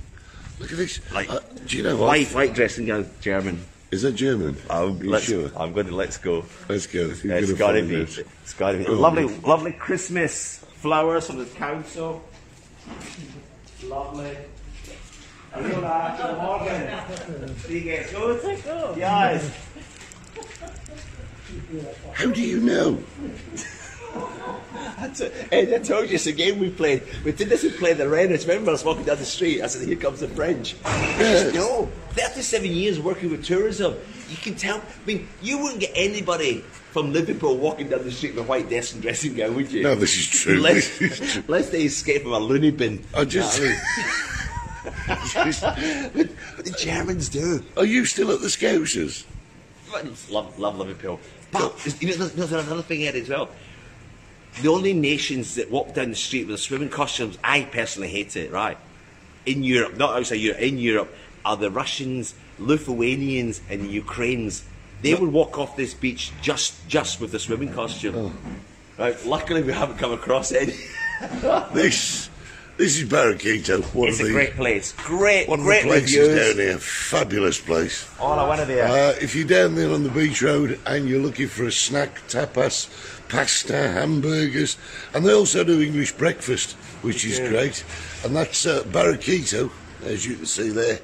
Speaker 3: Look at this.
Speaker 4: Like-
Speaker 3: Uh, do you know what?
Speaker 4: White, white dressing gown, German.
Speaker 3: Is that German?
Speaker 4: Oh,
Speaker 3: Are you
Speaker 4: let's,
Speaker 3: sure?
Speaker 4: I'm going to let's go.
Speaker 3: Let's go. You're
Speaker 4: It's
Speaker 3: gonna
Speaker 4: got to
Speaker 3: find
Speaker 4: be.
Speaker 3: out.
Speaker 4: It's got to be.
Speaker 3: Oh,
Speaker 4: lovely,
Speaker 3: look.
Speaker 4: lovely Christmas flowers from the council. Lovely. Hola, good morning. See you guys. Go take Yes.
Speaker 3: How do you know?
Speaker 4: That's it. Hey, I told you it's a game we played. We did this in play the Renners. Remember, I was walking down the street. I said, "Here comes the French."
Speaker 3: Yes.
Speaker 4: No, thirty-seven years working with tourism. You can tell. I mean, you wouldn't get anybody from Liverpool walking down the street with a white dress and dressing gown, would you?
Speaker 3: No, this is true.
Speaker 4: Unless,
Speaker 3: This is true.
Speaker 4: unless they escape from a loony bin.
Speaker 3: I just.
Speaker 4: what the Germans do.
Speaker 3: Are you still at the Scousers?
Speaker 4: Love, love Liverpool. But you know, there's another thing here as well. The only nations that walk down the street with swimming costumes, I personally hate it. Right, in Europe, not outside Europe, in Europe, are the Russians, Lithuanians, and the Ukrainians. They would walk off this beach just, just with the swimming costume.
Speaker 3: Oh.
Speaker 4: Right, luckily we haven't come across any.
Speaker 3: This this is Barraquito. One
Speaker 4: It's
Speaker 3: of
Speaker 4: a
Speaker 3: the,
Speaker 4: great place. Great,
Speaker 3: one of the
Speaker 4: great
Speaker 3: places
Speaker 4: reviews.
Speaker 3: down here. Fabulous place.
Speaker 4: Oh, I went there.
Speaker 3: Uh, if you're down there on the beach road and you're looking for a snack, tapas, pasta, hamburgers, and they also do English breakfast, which is great. And that's uh, Barraquito, as you can see there.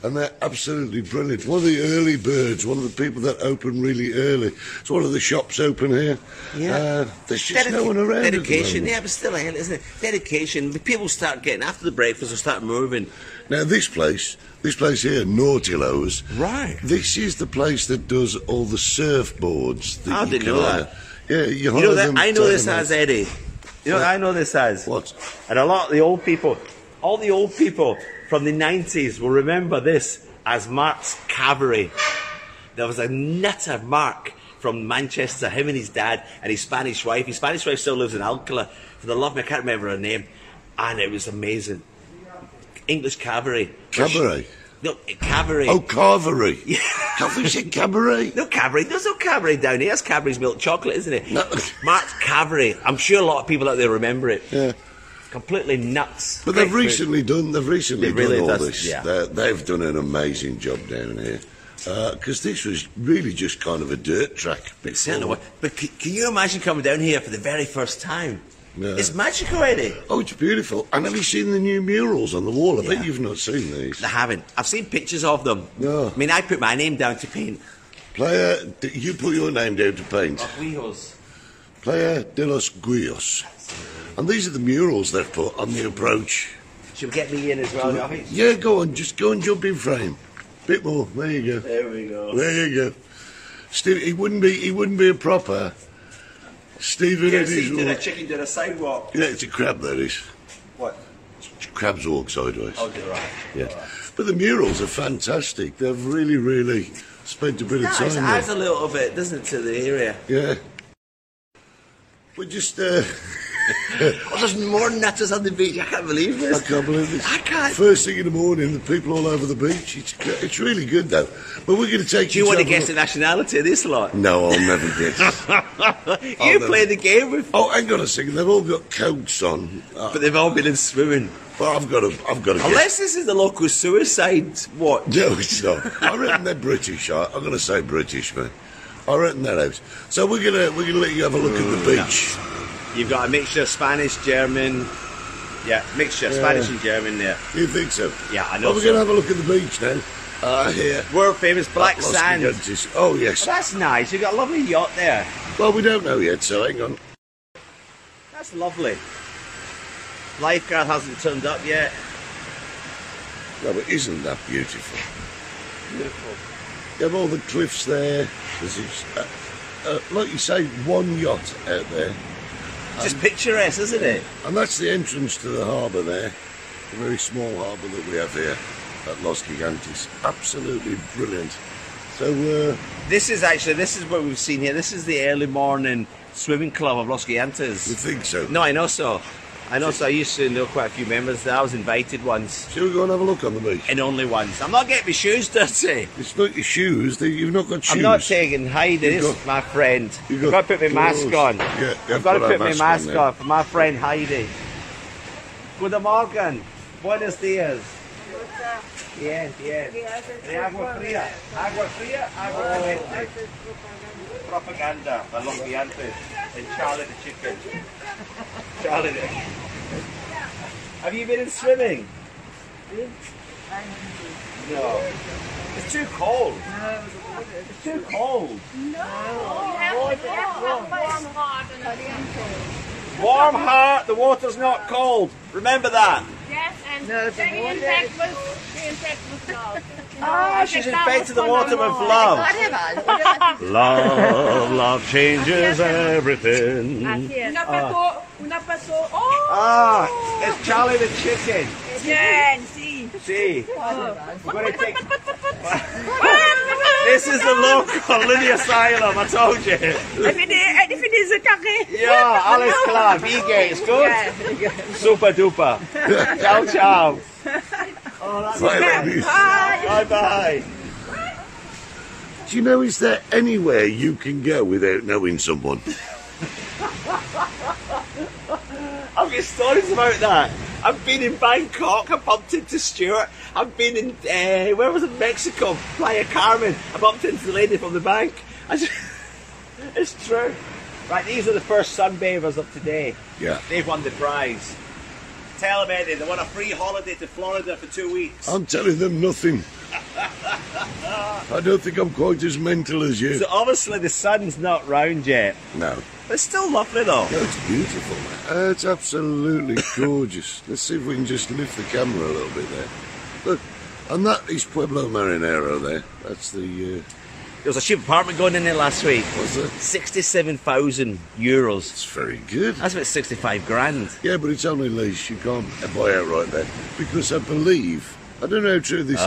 Speaker 3: And they're absolutely brilliant. One of the early birds, one of the people that open really early. It's one of the shops open here.
Speaker 4: Yeah.
Speaker 3: Uh, there's just
Speaker 4: Dedica-
Speaker 3: no one around. at the
Speaker 4: Dedication,
Speaker 3: moment.
Speaker 4: yeah, but still, hell, isn't it? Dedication. The people start getting after the breakfast. They start moving.
Speaker 3: Now this place, this place here, Nautilos.
Speaker 4: Right.
Speaker 3: This is the place that does all the surfboards. That
Speaker 4: I
Speaker 3: you
Speaker 4: didn't
Speaker 3: can
Speaker 4: know
Speaker 3: hire.
Speaker 4: that.
Speaker 3: Yeah, you,
Speaker 4: You
Speaker 3: hire
Speaker 4: know that
Speaker 3: them
Speaker 4: I
Speaker 3: to
Speaker 4: know
Speaker 3: take
Speaker 4: this
Speaker 3: them out.
Speaker 4: as Eddie. You know what I know this as
Speaker 3: What?
Speaker 4: And a lot of the old people, all the old people from the nineties will remember this as Mark's Cavalry. There was a nutter Mark from Manchester, him and his dad and his Spanish wife. His Spanish wife still lives in Alcala. For the love of me, I can't remember her name. And it was amazing. English cavalry.
Speaker 3: Cabaret.
Speaker 4: No, cavalry.
Speaker 3: Oh, Carvery. Yeah. Have we said cabaret?
Speaker 4: No Cadbury. There's no Cadbury down here. That's Cadbury's milk chocolate, isn't it?
Speaker 3: No.
Speaker 4: Mark's Cadbury. I'm sure a lot of people out there remember it.
Speaker 3: Yeah.
Speaker 4: Completely nuts.
Speaker 3: But
Speaker 4: Great
Speaker 3: they've
Speaker 4: food.
Speaker 3: recently done. They've recently
Speaker 4: It really
Speaker 3: done all
Speaker 4: does,
Speaker 3: this.
Speaker 4: yeah.
Speaker 3: They're, they've done an amazing job down here. Because this was really just kind of a dirt track.
Speaker 4: It certainly was. But c- can you imagine coming down here for the very first time?
Speaker 3: Yeah.
Speaker 4: It's magical, Eddie.
Speaker 3: Oh, it's beautiful. And have you seen the new murals on the wall? I
Speaker 4: Yeah.
Speaker 3: bet you've not seen these.
Speaker 4: I haven't. I've seen pictures of them.
Speaker 3: No.
Speaker 4: I mean, I put my name down to paint.
Speaker 3: Player, d- you put your name down to paint.
Speaker 4: Wheels.
Speaker 3: Player de los Guios. And these are the murals they've put on the approach.
Speaker 4: Should we get me in as well? do you think?
Speaker 3: Yeah, go on, just go and jump in frame. Bit more, there you go.
Speaker 4: There we go.
Speaker 3: There you go. Steve, he wouldn't be, he wouldn't be a proper Stephen it
Speaker 4: Get a seat to the
Speaker 3: is.
Speaker 4: chicken to the sidewalk.
Speaker 3: Yeah, it's a crab that is.
Speaker 4: What?
Speaker 3: Crabs walk sideways.
Speaker 4: I'll do right.
Speaker 3: yeah. But the murals are fantastic. They've really, really spent a bit of
Speaker 4: No,
Speaker 3: time
Speaker 4: it
Speaker 3: there.
Speaker 4: adds a little bit, doesn't it, to the area?
Speaker 3: Yeah. We're just, uh,
Speaker 4: Oh, there's more nutters on the beach. I can't believe
Speaker 3: I
Speaker 4: this.
Speaker 3: can't believe this.
Speaker 4: I can't.
Speaker 3: First thing in the morning, the people all over the beach. It's gr- it's really good though. But we're going to take
Speaker 4: Do you want to
Speaker 3: have a
Speaker 4: guess the
Speaker 3: look-
Speaker 4: nationality of this lot?
Speaker 3: No, I'll never guess.
Speaker 4: you play the game with,
Speaker 3: oh, hang on a second. They've all got coats on. Uh,
Speaker 4: but they've all been in swimming.
Speaker 3: well, I've got to. I've got to guess.
Speaker 4: Unless this is the local suicide what?
Speaker 3: No, it's not. I reckon they're British. I, I'm going to say British, man. I reckon they're out. So we're gonna we're gonna let you have a look at
Speaker 4: Mm,
Speaker 3: the beach.
Speaker 4: You've got a mixture of Spanish, German. Yeah, mixture of Spanish and German there.
Speaker 3: Do You think so?
Speaker 4: Yeah, I know
Speaker 3: Well, we're
Speaker 4: so.
Speaker 3: gonna have a look at the beach now. Uh, here.
Speaker 4: World famous black
Speaker 3: Los
Speaker 4: sand. Oh,
Speaker 3: Gigantes. Oh yes.
Speaker 4: that's nice. You've got a lovely yacht there.
Speaker 3: Well, we don't know yet, so hang on.
Speaker 4: That's lovely. Lifeguard hasn't turned up yet.
Speaker 3: No, but isn't that beautiful? You have all the cliffs there. There's, each- uh, uh, like you say, one yacht out there,
Speaker 4: Just picturesque, isn't it?
Speaker 3: and that's the entrance to the harbour there, the very small harbour that we have here at Los Gigantes. Absolutely brilliant. So, uh,
Speaker 4: This is actually this is what we've seen here. This is the early morning swimming club of Los
Speaker 3: you
Speaker 4: Gigantes.
Speaker 3: think so?
Speaker 4: No, I know so. I know so. I used to know quite a few members there. I was invited once
Speaker 3: Shall we go and have a look on the beach?
Speaker 4: and only once. I'm not getting my shoes dirty.
Speaker 3: It's not your shoes. they- You've not got shoes.
Speaker 4: I'm not taking hiding.
Speaker 3: You've
Speaker 4: This
Speaker 3: got-
Speaker 4: is my friend.
Speaker 3: you've
Speaker 4: I've
Speaker 3: got
Speaker 4: got to put my mask
Speaker 3: clothes.
Speaker 4: on.
Speaker 3: Yeah, you have
Speaker 4: I've got to
Speaker 3: got that
Speaker 4: put my
Speaker 3: mask on
Speaker 4: mask
Speaker 3: there.
Speaker 4: on, for my friend Heidi. Good morning. Buenos dias. Bien, bien. De agua fría. Agua fría, agua caliente. propaganda by Los Gigantes and Charlie the Chicken. Charlie the... Have you been in swimming? No. It's too cold. It's too cold. Warm heart, the water's not cold. Remember that.
Speaker 6: Yes, and
Speaker 7: No,
Speaker 6: no,
Speaker 7: the
Speaker 6: the
Speaker 7: water
Speaker 6: impact was the impact was love.
Speaker 7: Oh,
Speaker 4: Ah, she's in bed to the water with love.
Speaker 7: Whatever.
Speaker 4: Love, love changes everything.
Speaker 6: Así es.
Speaker 5: Una pasó, una pasó. ¡Oh!
Speaker 4: Ah, it's Charlie the Chicken.
Speaker 5: Bien, sí.
Speaker 4: See, we're gonna take. this is the local Lydia Asylum. I told you.
Speaker 7: Everything is a carré.
Speaker 4: Yeah, alles klar. Wie geht's? Gut? Super duper. Ciao, ciao.
Speaker 3: Right, ladies.
Speaker 4: Bye bye.
Speaker 3: Do you know, is there anywhere you can go without knowing someone?
Speaker 4: I've got stories about that. I've been in Bangkok. I bumped into Stuart. I've been in uh, where was it? Mexico, Playa Carmen. I bumped into the lady from the bank. I just, it's true. Right, these are the first sunbathers of today.
Speaker 3: Yeah.
Speaker 4: They've won the prize. Tell them, Eddie, they want a free holiday to Florida for two weeks.
Speaker 3: I'm telling them nothing. I don't think I'm quite as mental as you.
Speaker 4: So obviously the sun's not round yet.
Speaker 3: No.
Speaker 4: But it's still lovely though.
Speaker 3: No, it's beautiful. man. Uh, it's absolutely gorgeous. Let's see if we can just lift the camera a little bit there. Look, and that is Pueblo Marinero there. That's the. Uh,
Speaker 4: There was a cheap apartment going in there last week.
Speaker 3: what's that?
Speaker 4: Sixty-seven thousand euros.
Speaker 3: It's very good.
Speaker 4: That's about sixty-five grand.
Speaker 3: Yeah, but it's only lease. You can't buy outright there because I believe. I don't know how true this is.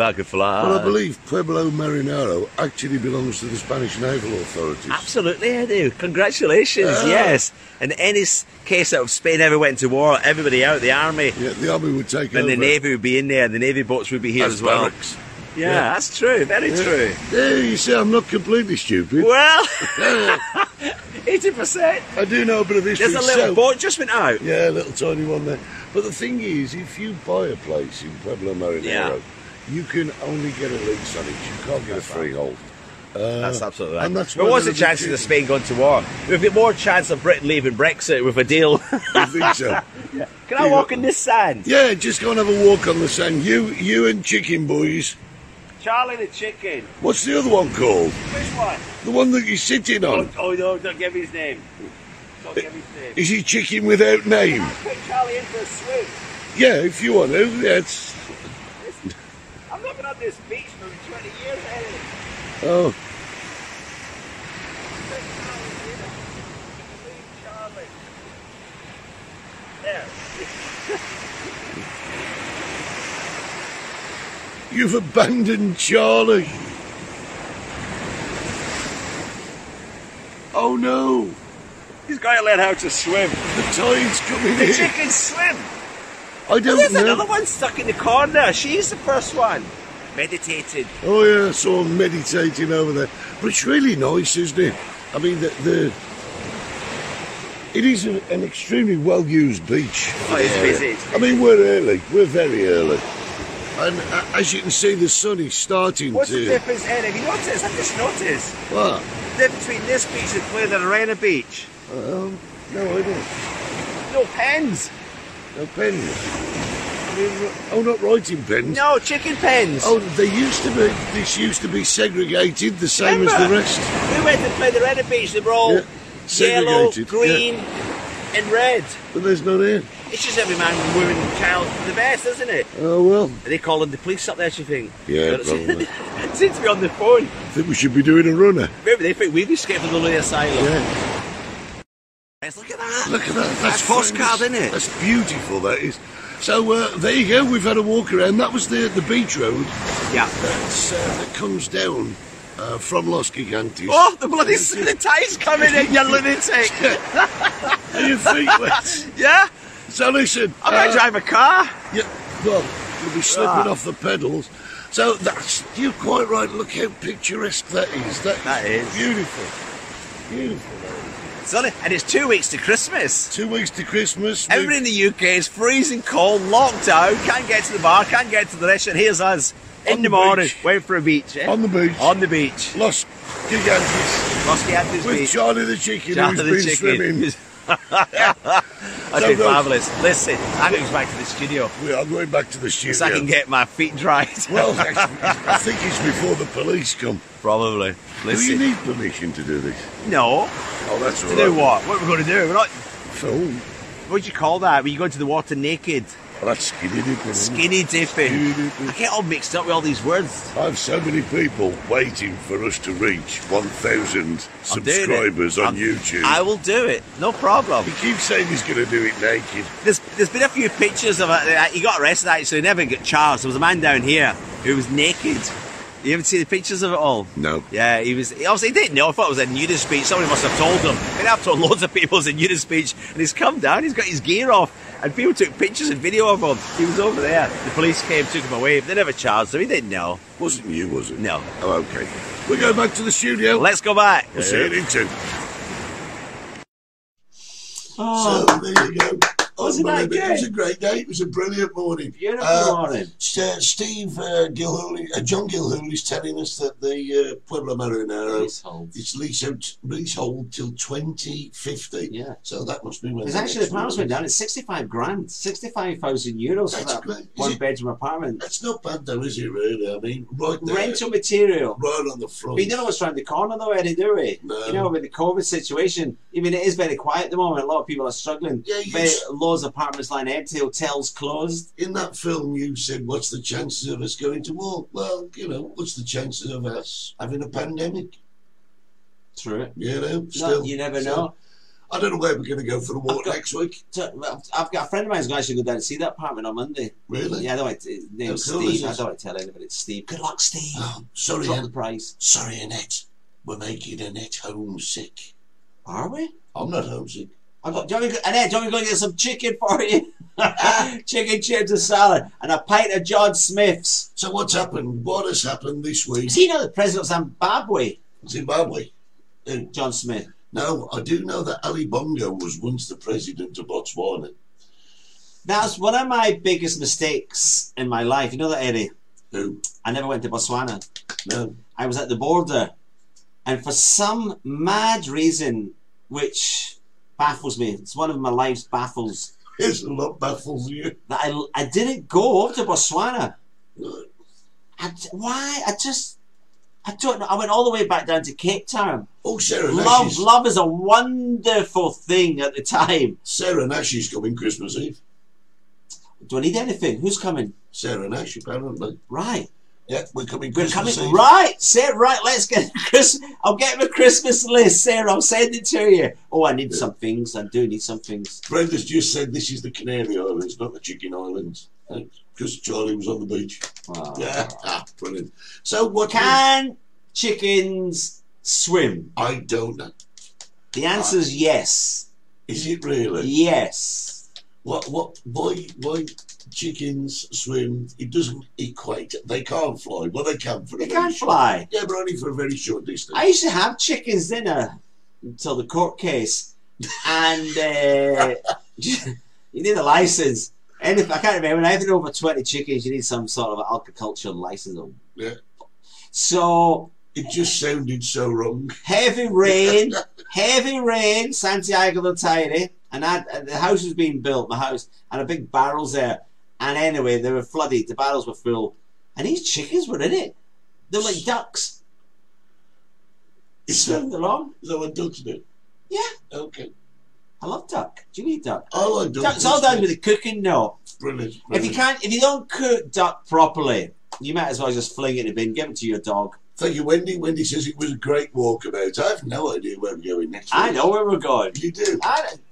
Speaker 4: I uh, could fly.
Speaker 3: But I believe Pueblo Marinero actually belongs to the Spanish naval authorities.
Speaker 4: Absolutely, I do. Congratulations,
Speaker 3: Ah.
Speaker 4: yes. And any s- case out of Spain ever went to war, everybody out, the army
Speaker 3: Yeah, the army would take
Speaker 4: and
Speaker 3: over.
Speaker 4: the navy would be in there, and the navy boats would be here as,
Speaker 3: as
Speaker 4: well.
Speaker 3: barracks.
Speaker 4: Yeah, that's true, very true.
Speaker 3: Yeah, you see, I'm not completely stupid.
Speaker 4: Well, 80%.
Speaker 3: I do know a bit of history.
Speaker 4: There's a
Speaker 3: so-
Speaker 4: little boat just went out.
Speaker 3: Yeah, a little tiny one there. But the thing is, if you buy a place in Pueblo Marinero,
Speaker 4: Yeah.
Speaker 3: you can only get a lease on it. You can't get a freehold. Uh,
Speaker 4: That's absolutely right.
Speaker 3: and that's
Speaker 4: but
Speaker 3: why
Speaker 4: what's the
Speaker 3: they're
Speaker 4: chances of
Speaker 3: reducing-
Speaker 4: Spain going to war? We've got more chance of Britain leaving Brexit with a deal.
Speaker 3: I think so.
Speaker 4: Can I walk in this sand?
Speaker 3: Yeah, just go and have a walk on the sand. You, you and Chicken Boys.
Speaker 4: Charlie the chicken.
Speaker 3: What's the other one called?
Speaker 4: Which one?
Speaker 3: The one that you're sitting on.
Speaker 4: oh no, don't give me his name. Don't give me his name.
Speaker 3: Is he chicken without name?
Speaker 4: Put Charlie in for a swim.
Speaker 3: Yeah, if you want to, that's.
Speaker 4: I'm not been on this beach for 20 years, eh? Eddie.
Speaker 3: Oh,
Speaker 4: Charlie. There.
Speaker 3: you've abandoned Charlie. Oh no,
Speaker 4: He's got to learn how to swim.
Speaker 3: the tide's coming
Speaker 4: The
Speaker 3: in.
Speaker 4: chicken swim.
Speaker 3: I
Speaker 4: Oh,
Speaker 3: don't
Speaker 4: there's
Speaker 3: know.
Speaker 4: another one stuck in the corner. She's the first one. Meditated.
Speaker 3: Oh yeah, I saw him meditating over there. But it's really nice, isn't it? I mean, the. the it is a, an extremely well used beach.
Speaker 4: Oh, it's busy.
Speaker 3: I mean, we're early. We're very early. And uh, as you can see, the sun is starting
Speaker 4: What's the
Speaker 3: to. Ah,
Speaker 4: difference, Eddie? Have you noticed? I've just noticed.
Speaker 3: What?
Speaker 4: The difference between this beach and Playa del Arena Beach.
Speaker 3: Um, no, I don't.
Speaker 4: No pens.
Speaker 3: No pens. I mean, oh, not writing pens.
Speaker 4: No chicken pens.
Speaker 3: Oh, they used to be. This used to be segregated, the same as the
Speaker 4: Remember?
Speaker 3: rest.
Speaker 4: We went to Playa del Arena Beach. They were all
Speaker 3: Yeah.
Speaker 4: yellow,
Speaker 3: Segregated.
Speaker 4: green, and red.
Speaker 3: But there's none here.
Speaker 4: It's just every man, woman, child the best, isn't it?
Speaker 3: Oh well.
Speaker 4: Are they calling the police up there, do you think?
Speaker 3: Yeah,
Speaker 4: But
Speaker 3: probably.
Speaker 4: it seems to be on the phone.
Speaker 3: I think we should be doing a runner.
Speaker 4: Maybe they think we've escaped from the Lily Asylum.
Speaker 3: Yeah.
Speaker 4: Yes, Look at that.
Speaker 3: Look at that. That's,
Speaker 4: That's postcard,
Speaker 3: famous.
Speaker 4: innit?
Speaker 3: That's beautiful. That is. So uh, there you go. We've had a walk around. That was the the beach road
Speaker 4: Yeah.
Speaker 3: that's, uh, that comes down uh, from Los Gigantes.
Speaker 4: Oh, the bloody the tide's coming in, you lunatic.
Speaker 3: Are your feet wet?
Speaker 4: Yeah?
Speaker 3: so listen.
Speaker 4: I might
Speaker 3: uh,
Speaker 4: drive a car.
Speaker 3: Yeah, well, you'll be slipping
Speaker 4: Ah.
Speaker 3: off the pedals. So that's you're quite right. Look how picturesque that is. That,
Speaker 4: That is.
Speaker 3: beautiful. Beautiful.
Speaker 4: It's only, and it's two weeks to Christmas.
Speaker 3: Two weeks to Christmas. we've-
Speaker 4: Everyone in the UK is freezing cold, locked out, can't get to the bar, can't get to the restaurant. Here's us in
Speaker 3: On
Speaker 4: the,
Speaker 3: the
Speaker 4: morning,
Speaker 3: beach.
Speaker 4: waiting for a beach. eh?
Speaker 3: On the beach.
Speaker 4: On the beach.
Speaker 3: Los Gigantes
Speaker 4: Los Gatos
Speaker 3: with
Speaker 4: Beach.
Speaker 3: Charlie the Chicken
Speaker 4: Down to
Speaker 3: who's been swimming.
Speaker 4: That's
Speaker 3: So
Speaker 4: been
Speaker 3: those-
Speaker 4: fabulous. Listen, I'm going back to the studio
Speaker 3: We are going back to the studio.
Speaker 4: so I can get my feet dried.
Speaker 3: well, I think it's before the police come.
Speaker 4: Probably.
Speaker 3: Do you
Speaker 4: Listen.
Speaker 3: need permission to do this?
Speaker 4: No.
Speaker 3: Oh, that's all
Speaker 4: To
Speaker 3: right.
Speaker 4: do what? What are we going to do? We're not.
Speaker 3: Film.
Speaker 4: What do you call that? When you go into the water naked?
Speaker 3: That's skinny dipping. isn't it?
Speaker 4: Skinny dipping. I get all mixed up with all these words.
Speaker 3: I have so many people waiting for us to reach 1,000
Speaker 4: I'm doing it.
Speaker 3: subscribers on
Speaker 4: I'm-
Speaker 3: YouTube.
Speaker 4: I will do it. No problem.
Speaker 3: He keeps saying he's going to do it naked.
Speaker 4: There's, there's been a few pictures of it. He got arrested actually, he never got charged. There was a man down here who was naked. You haven't seen the pictures of it all?
Speaker 3: No.
Speaker 4: Yeah, he was. He obviously he didn't know. I thought it was a nudist speech. Somebody must have told him. And I've told loads of people it's a nudist speech. And he's come down. He's got his gear off. And people took pictures and video of him. He was over there. The police came, took him away. But they never charged him. He didn't know.
Speaker 3: Wasn't you, was it?
Speaker 4: No.
Speaker 3: Oh, okay. We go back to the studio.
Speaker 4: Let's go back.
Speaker 3: we'll see it in two.
Speaker 2: Oh,
Speaker 3: So there you go.
Speaker 2: Wasn't that
Speaker 3: Unbelievable. It was
Speaker 2: good?
Speaker 3: a great day. It was a brilliant morning.
Speaker 2: beautiful
Speaker 3: Uh,
Speaker 2: morning.
Speaker 3: St- Steve uh, Gilhooly, uh, John Gilhooly's telling us that the uh, Pueblo Marinero
Speaker 2: It's old.
Speaker 3: it's leasehold, leasehold till 2050.
Speaker 2: Yeah.
Speaker 3: So that must be when.
Speaker 2: There's
Speaker 3: the
Speaker 2: actually
Speaker 3: next
Speaker 2: the pounds
Speaker 3: one
Speaker 2: went
Speaker 3: is.
Speaker 2: down. It's 65 grand, 65,000 euros for
Speaker 3: That's
Speaker 2: that
Speaker 3: great. Is
Speaker 2: one
Speaker 3: it-
Speaker 2: bedroom apartment.
Speaker 3: That's not bad though, is it? Really? I mean, right there,
Speaker 2: Rental material.
Speaker 3: right on the front.
Speaker 2: We know what's round the corner though, Eddie, do we?
Speaker 3: No.
Speaker 2: You know, with the COVID situation, I mean, it is very quiet at the moment. A lot of people are struggling.
Speaker 3: Yeah, you
Speaker 2: Very-
Speaker 3: s-
Speaker 2: loads of apartments lying empty, hotels closed.
Speaker 3: in that film you said, "What's the chances of us going to war?" Well, you know, what's the chances of us having a pandemic?
Speaker 2: True.
Speaker 3: You know,
Speaker 2: No,
Speaker 3: still
Speaker 2: you never
Speaker 3: so-
Speaker 2: know.
Speaker 3: I don't know where we're going to go for the war
Speaker 2: I've got-
Speaker 3: next week.
Speaker 2: So, well, I've got a friend of mine's going to actually go down and see that apartment on Monday.
Speaker 3: Really?
Speaker 2: Yeah, I don't like to, his name's
Speaker 3: How cool is
Speaker 2: Steve. I
Speaker 3: this?
Speaker 2: don't like to tell anybody it's Steve. Good luck, Steve.
Speaker 3: Oh, sorry,
Speaker 2: Drop the
Speaker 3: An-
Speaker 2: price.
Speaker 3: sorry, Annette. We're making Annette homesick.
Speaker 2: Are we?
Speaker 3: I'm not homesick.
Speaker 2: I've
Speaker 3: Oh.
Speaker 2: got, do you want me to go, Annette, do you want me to go get some chicken for you? chicken chips and salad and a pint of John Smith's.
Speaker 3: So what's happened? What has happened this week?
Speaker 2: Is he now the president of Zimbabwe,
Speaker 3: Zimbabwe. Uh,
Speaker 2: John Smith?
Speaker 3: No, I do know that Ali Bongo was once the president of Botswana.
Speaker 2: That's one of my biggest mistakes in my life. You know that, Eddie?
Speaker 3: Who?
Speaker 2: I never went to Botswana.
Speaker 3: No.
Speaker 2: I was at the border. And for some mad reason, which baffles me, it's one of my life's baffles,
Speaker 3: It's a lot baffles you.
Speaker 2: that I, I didn't go over to Botswana.
Speaker 3: No.
Speaker 2: I d why? I just, I don't know. I went all the way back down to Cape Town.
Speaker 3: Oh, Sarah Nash.
Speaker 2: Love,
Speaker 3: is,
Speaker 2: love is a wonderful thing at the time.
Speaker 3: Sarah Nash is coming Christmas Eve.
Speaker 2: Do I need anything? Who's coming?
Speaker 3: Sarah Nash, apparently.
Speaker 2: Right.
Speaker 3: Yeah, we're coming
Speaker 2: We're
Speaker 3: Christmas
Speaker 2: coming
Speaker 3: Eve.
Speaker 2: right, Sarah. Right, let's get Chris. I'll get my Christmas list, Sarah. I'll send it to you. Oh, I need some things. I do need some things.
Speaker 3: Brenda's just said this is the Canary Islands, not the Chicken Islands. Because Charlie was on the beach.
Speaker 2: Wow.
Speaker 3: Yeah, ah, brilliant. So what?
Speaker 2: Can chickens swim?
Speaker 3: I don't know.
Speaker 2: The answer is yes.
Speaker 3: Is it really?
Speaker 2: Yes.
Speaker 3: What? What? Why? Why? Chickens swim. It doesn't equate. They can't fly. Well, they can for a
Speaker 2: They
Speaker 3: very
Speaker 2: can
Speaker 3: short-
Speaker 2: fly.
Speaker 3: Yeah, but only for a very short distance.
Speaker 2: I used to have chickens dinner until the court case, and uh, you need a license. And if I can't remember, anything over twenty chickens, you need some sort of agricultural license. or-
Speaker 3: Yeah.
Speaker 2: So
Speaker 3: It just sounded so wrong.
Speaker 2: heavy rain, heavy rain, Santiago del Taire, and I, and the house was being built, my house, and a big barrels there. And anyway, they were flooded, the barrels were full, and these chickens were in it. They were like ducks.
Speaker 3: Is
Speaker 2: Swimming
Speaker 3: that,
Speaker 2: along.
Speaker 3: is that what ducks do?
Speaker 2: Yeah,
Speaker 3: Okay.
Speaker 2: I love duck. Do you eat duck?
Speaker 3: I like ducks.
Speaker 2: Duck's all done with the cooking, no.
Speaker 3: Brilliant.
Speaker 2: If you
Speaker 3: brilliant.
Speaker 2: can't, if you don't cook duck properly, you might as well just fling it in a bin, give it to your dog.
Speaker 3: Thank you, Wendy. Wendy says it was a great walkabout. I have no idea where we're going next.
Speaker 2: I
Speaker 3: week.
Speaker 2: know where we're going.
Speaker 3: You do.
Speaker 2: I, don't-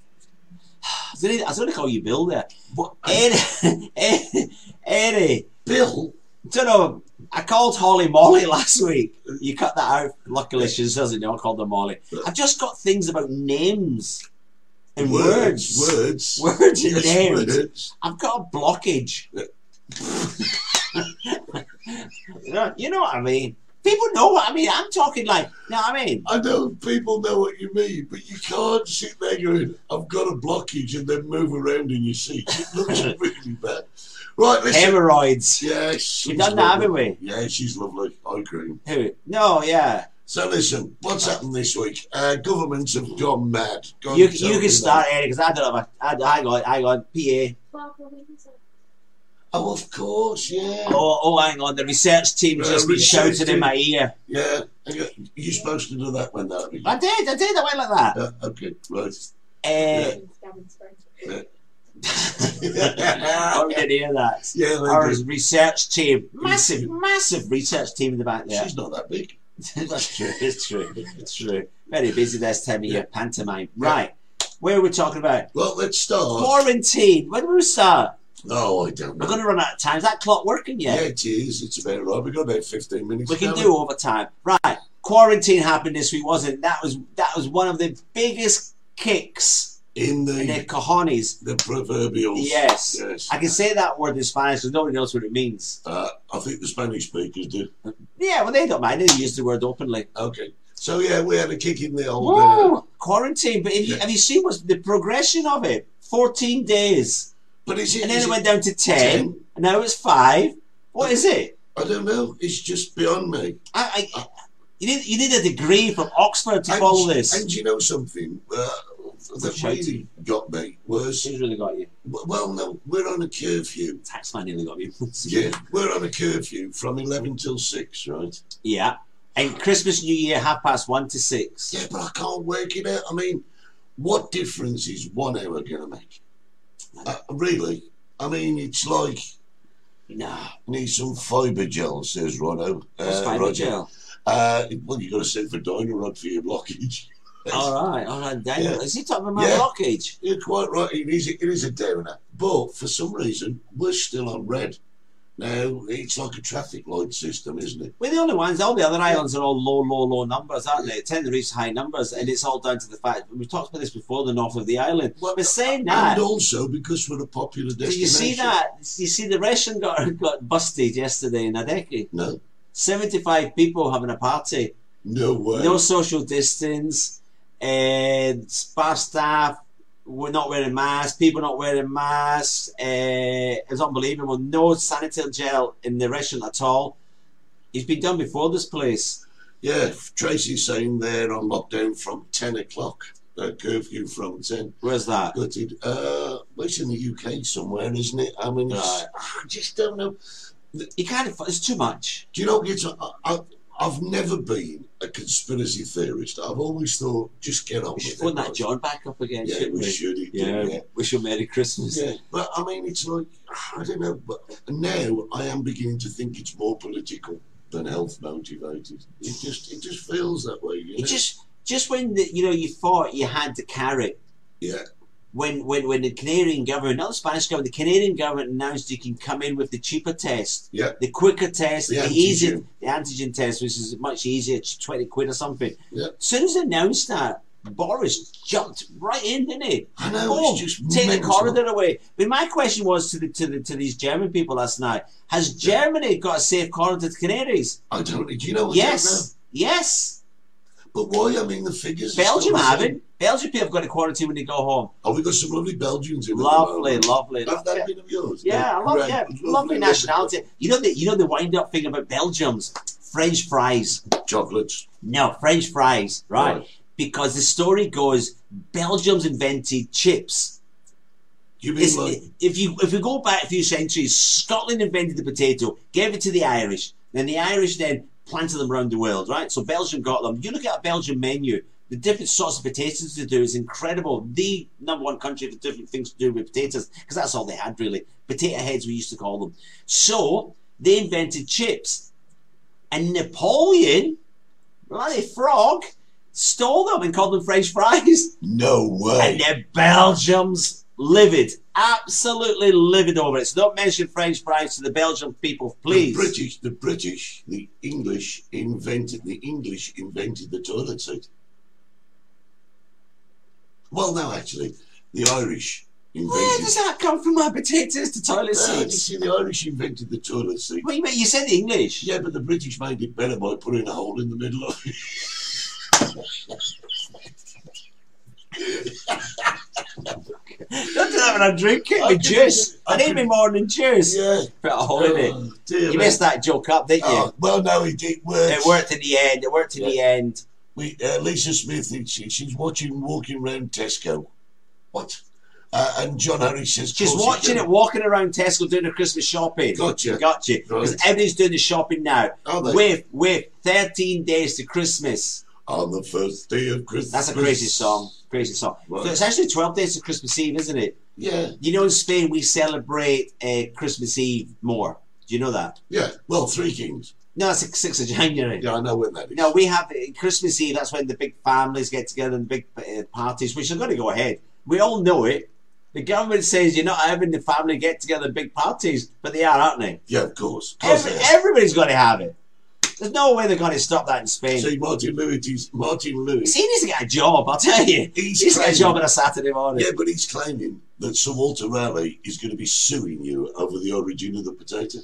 Speaker 2: I was gonna- I was going to call you Bill there.
Speaker 3: What?
Speaker 2: Eddie, Eddie, Eddie,
Speaker 3: Bill?
Speaker 2: don't know. I called Holly Molly last week. You cut that out. Luckily, she doesn't know I called her Molly. I've just got things about names and words.
Speaker 3: Words.
Speaker 2: Words and
Speaker 3: Yes,
Speaker 2: names.
Speaker 3: words.
Speaker 2: I've got a blockage. you, know, you know what I mean? People know what I mean. I'm talking like, you know what I mean?
Speaker 3: I know people know what you mean, but you can't sit there going, I've got a blockage, and then move around in your seat. It looks really bad. Right, listen.
Speaker 2: Hemorrhoids.
Speaker 3: Yes.
Speaker 2: We've
Speaker 3: she's
Speaker 2: done that, haven't
Speaker 3: lovely.
Speaker 2: we?
Speaker 3: Yeah, she's lovely. I agree.
Speaker 2: Who? No, yeah.
Speaker 3: So listen, what's happened this week? Uh, governments have gone mad. Gone
Speaker 2: You, you
Speaker 3: totally
Speaker 2: can start,
Speaker 3: mad.
Speaker 2: Eddie, because I don't have a. I, I got, I got PA.
Speaker 3: Oh, of course, yeah.
Speaker 2: Oh, oh, hang on. The research team
Speaker 3: Uh,
Speaker 2: just been
Speaker 3: research
Speaker 2: shouting
Speaker 3: team.
Speaker 2: in my ear.
Speaker 3: Yeah. You're supposed to do that when that happens.
Speaker 2: I did, I did. I went like that.
Speaker 3: Uh, okay, right.
Speaker 2: Uh, I didn't hear that.
Speaker 3: Yeah, they
Speaker 2: Our
Speaker 3: did.
Speaker 2: research team, massive, massive research team in the back there.
Speaker 3: She's not that big.
Speaker 2: That's true. It's true. It's true. Very busy this time of year, pantomime. Right. Where are we talking about?
Speaker 3: Well, let's start.
Speaker 2: Quarantine. When do we start?
Speaker 3: Oh, I don't
Speaker 2: We're
Speaker 3: know.
Speaker 2: going to run out of time. Is that clock working yet?
Speaker 3: Yeah, it is. It's about right. We've got about 15 minutes.
Speaker 2: we can
Speaker 3: now.
Speaker 2: do overtime. Right. Quarantine happened this week, wasn't it? That was that was one of the biggest kicks
Speaker 3: In
Speaker 2: in their
Speaker 3: the,
Speaker 2: cojones.
Speaker 3: the proverbial.
Speaker 2: Yes.
Speaker 3: Yes.
Speaker 2: I can say that word in Spanish because nobody knows what it means.
Speaker 3: Uh, I think the Spanish speakers do.
Speaker 2: Yeah, well, they don't mind. They use the word openly.
Speaker 3: Okay. So, yeah, we had a kick in the old. Uh,
Speaker 2: Woo! Quarantine. But have you,
Speaker 3: Yeah.
Speaker 2: have you seen what's the progression of it? 14 days.
Speaker 3: but is it.
Speaker 2: And then
Speaker 3: is
Speaker 2: it
Speaker 3: it-
Speaker 2: went down to 10.
Speaker 3: 10?
Speaker 2: And now it's 5. What is it?
Speaker 3: I don't know. It's just beyond me.
Speaker 2: I, I, you, need, you need a degree from Oxford to
Speaker 3: And-
Speaker 2: follow this.
Speaker 3: And you know something? Uh, that
Speaker 2: Shouting.
Speaker 3: really got me was
Speaker 2: She's really got you.
Speaker 3: well, no, we're on a curfew.
Speaker 2: Taxman nearly got you.
Speaker 3: Yeah, we're on a curfew from 11 till 6, right?
Speaker 2: Yeah. And Christmas, New Year, half past one to six.
Speaker 3: Yeah, but I can't work it out. I mean, what difference is one hour going to make? Uh, really? I mean, it's like
Speaker 2: No,
Speaker 3: need some fibre gel, says Rono.
Speaker 2: that's
Speaker 3: Uh,
Speaker 2: fine.
Speaker 3: Roger.
Speaker 2: Jail.
Speaker 3: Uh, well, you got to send for Dynarod for your blockage.
Speaker 2: All right, all right, Daniel. Is he talking about my
Speaker 3: Yeah.
Speaker 2: blockage?
Speaker 3: You're quite right. It is, it is a downer. But for some reason, we're still on red. Now, it's like a traffic light system, isn't it?
Speaker 2: We're the only ones. All the other islands are all low, low, low numbers, aren't they? Tend to reach high numbers, and it's all down to the fact we've talked about this before. The north of the island.
Speaker 3: Well,
Speaker 2: We're saying that.
Speaker 3: And also because we're a popular
Speaker 2: Did
Speaker 3: destination.
Speaker 2: you see that? You see, the Russian got got busted yesterday in Adeki.
Speaker 3: No.
Speaker 2: Seventy-five people having a party.
Speaker 3: No way.
Speaker 2: no social distance, uh, spa staff were not wearing masks, people not wearing masks. Uh, it's unbelievable. No sanitary gel in the restaurant at all. It's been done before this place.
Speaker 3: Yeah, Tracy's saying they're on lockdown from 10 o'clock. Uh, curfew from 10.
Speaker 2: Where's that?
Speaker 3: Gutted. Uh, well, it's in the UK somewhere, isn't it? I mean, it's, I just don't know.
Speaker 2: You can't. aff- It's too much.
Speaker 3: Do you know what it's? I, I, I've never been a conspiracy theorist. I've always thought, just get on
Speaker 2: We
Speaker 3: with
Speaker 2: should
Speaker 3: it.
Speaker 2: phone that
Speaker 3: right?
Speaker 2: John back up again,
Speaker 3: Yeah,
Speaker 2: shouldn't
Speaker 3: we
Speaker 2: we?
Speaker 3: should. it
Speaker 2: Yeah.
Speaker 3: did, yeah.
Speaker 2: Wish you Merry Christmas.
Speaker 3: Yeah, but I mean, it's like I don't know. But now I am beginning to think it's more political than health motivated. It just, it just feels that way. You know?
Speaker 2: It just, just when the, you know you thought you had the carrot
Speaker 3: yeah,
Speaker 2: when, when, when the Canadian government, not the Spanish government, the Canadian government announced you can come in with the cheaper test,
Speaker 3: Yeah.
Speaker 2: the quicker test,
Speaker 3: The
Speaker 2: the,
Speaker 3: antigen.
Speaker 2: easier, the antigen test, which is much easier, it's twenty quid or something.
Speaker 3: Yeah.
Speaker 2: As soon as they announced that, Boris jumped right in, didn't he?
Speaker 3: I know.
Speaker 2: Boom,
Speaker 3: it's just
Speaker 2: take the
Speaker 3: mental.
Speaker 2: corridor away. But my question was to the to the to these German people last night: Has Germany got a safe corridor to Canaries?
Speaker 3: I don't. Do you know? I don't
Speaker 2: yes, yes.
Speaker 3: know. But why? I mean, the figures. are still
Speaker 2: Belgium
Speaker 3: the same.
Speaker 2: haven't. Belgium people have got a quarantine when they go home.
Speaker 3: Oh, we've got some lovely Belgians in. at the
Speaker 2: Lovely,
Speaker 3: moment.
Speaker 2: lovely.
Speaker 3: Have
Speaker 2: lovely.
Speaker 3: that been of yours?
Speaker 2: Yeah, I love
Speaker 3: Great.
Speaker 2: yeah, lovely nationality. You know the you know the wind up thing about Belgium's French fries.
Speaker 3: Chocolates.
Speaker 2: No, French fries, right?
Speaker 3: Right.
Speaker 2: Because the story goes Belgium's invented chips.
Speaker 3: You mean
Speaker 2: It's-
Speaker 3: like?
Speaker 2: if you if we go back a few centuries, Scotland invented the potato, gave it to the Irish, then the Irish then planted them around the world, right? So Belgium got them. You look at a Belgian menu, the different sorts of potatoes to do is incredible. The number one country for different things to do with potatoes, because that's all they had really. Potato heads we used to call them. So they invented chips. And Napoleon, bloody frog, stole them and called them French fries.
Speaker 3: No way.
Speaker 2: And then Belgium's livid, absolutely livid over it. So don't mention French fries to the Belgian people, please.
Speaker 3: The British, the British, the English invented the English invented the toilet seat. Well, no, actually, the Irish
Speaker 2: Where
Speaker 3: invented.
Speaker 2: does that come from? My potatoes to toilet
Speaker 3: No, you
Speaker 2: seats.
Speaker 3: see, the Irish invented the toilet seat.
Speaker 2: Wait, wait, you said English.
Speaker 3: Yeah, but the British made it better by putting a hole in the middle of it.
Speaker 2: Don't do that when I'm drinking.
Speaker 3: I
Speaker 2: With
Speaker 3: could-
Speaker 2: juice. I
Speaker 3: I
Speaker 2: need
Speaker 3: could-
Speaker 2: me more than juice.
Speaker 3: Yeah.
Speaker 2: Put a hole in it.
Speaker 3: Oh, dear
Speaker 2: You
Speaker 3: me.
Speaker 2: messed that joke up, didn't you?
Speaker 3: Oh, well, no, it did work.
Speaker 2: It worked in the end. It worked in the end.
Speaker 3: We, uh, Lisa Smith, she, she's watching walking round Tesco. What? Uh, and John Harris says
Speaker 2: She's
Speaker 3: "Course you
Speaker 2: watching
Speaker 3: can."
Speaker 2: it, walking around Tesco doing her Christmas shopping.
Speaker 3: Gotcha.
Speaker 2: Gotcha. Because
Speaker 3: Right.
Speaker 2: everybody's doing the shopping now.
Speaker 3: Are they?
Speaker 2: With with 13 days to Christmas.
Speaker 3: on the first day of Christmas.
Speaker 2: That's a crazy song. Crazy song.
Speaker 3: Right.
Speaker 2: So it's actually 12 days to Christmas Eve, isn't it?
Speaker 3: Yeah,
Speaker 2: You know, in Spain, we celebrate uh, Christmas Eve more. Do you know that?
Speaker 3: yeah. Well, Three Kings.
Speaker 2: No, it's the 6th of January.
Speaker 3: Yeah, I know when that is.
Speaker 2: No, we have uh, Christmas Eve. That's when the big families get together and the big uh, parties, which are going to go ahead. We all know it. The government says you're not having the family get together and big parties, but they are, aren't they?
Speaker 3: Yeah, of course. Of course
Speaker 2: Every,
Speaker 3: they are.
Speaker 2: everybody's going to have it. There's no way they're going to stop that in Spain.
Speaker 3: See, Martin Lewis is Martin Lewis.
Speaker 2: he needs to get a job, I'll tell you.
Speaker 3: He's
Speaker 2: He's, needs to get a
Speaker 3: claiming-
Speaker 2: job on a Saturday morning.
Speaker 3: Yeah, but he's claiming that Sir Walter Raleigh is going to be suing you over the origin of the potato.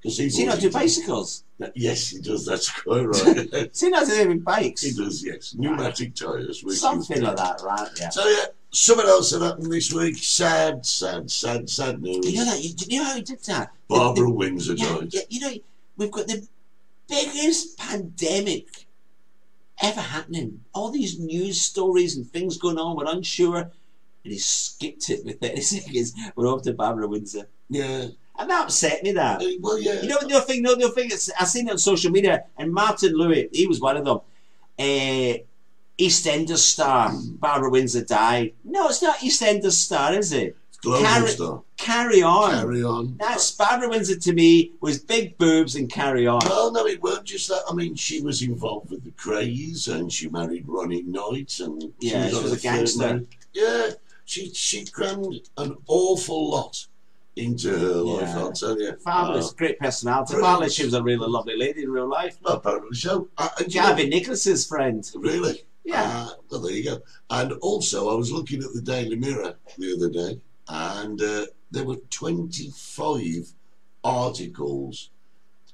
Speaker 3: Because
Speaker 2: Does he not do bicycles?
Speaker 3: Yes, he does. That's quite right.
Speaker 2: Does he not do anything with bikes?
Speaker 3: he does. Yes, pneumatic tires. which is-
Speaker 2: Something like that, right? Yeah.
Speaker 3: So yeah, something else that happened this week. Sad, sad, sad, sad news.
Speaker 2: You know that? You, you know how he did that? The-
Speaker 3: Barbara
Speaker 2: the-
Speaker 3: Windsor
Speaker 2: yeah,
Speaker 3: died.
Speaker 2: yeah, you know, we've got the biggest pandemic ever happening. All these news stories and things going on, we're unsure. And he skipped it with 30 seconds. We're off to Barbara Windsor.
Speaker 3: Yeah.
Speaker 2: And that upset me, that.
Speaker 3: Eh, Well, yeah.
Speaker 2: You know the other thing, no, the other thing is I seen it on social media, and Martin Lewis, he was one of them. Uh, EastEnders star Barbara Windsor died. No, it's not EastEnders star, is it?
Speaker 3: global
Speaker 2: Carry-
Speaker 3: star.
Speaker 2: Carry on.
Speaker 3: Carry on.
Speaker 2: That's Barbara Windsor to me was big boobs and carry on.
Speaker 3: Well, no, it weren't just that. I mean, she was involved with the craze, and she married Ronnie Knight, and
Speaker 2: Yeah, she
Speaker 3: on
Speaker 2: was
Speaker 3: her
Speaker 2: a
Speaker 3: third
Speaker 2: gangster.
Speaker 3: marriage. Yeah, she she crammed an awful lot into her life.
Speaker 2: Yeah.
Speaker 3: I'll tell you,
Speaker 2: Fabulous,
Speaker 3: Oh,
Speaker 2: great personality.
Speaker 3: Brilliant.
Speaker 2: Apparently, she was a really lovely lady in real life.
Speaker 3: well, apparently so. Uh, and you know-
Speaker 2: Gavin Nicholas's friend.
Speaker 3: really?
Speaker 2: Yeah.
Speaker 3: Uh, well, there you go. And also, I was looking at the Daily Mirror the other day, and uh, there were twenty-five articles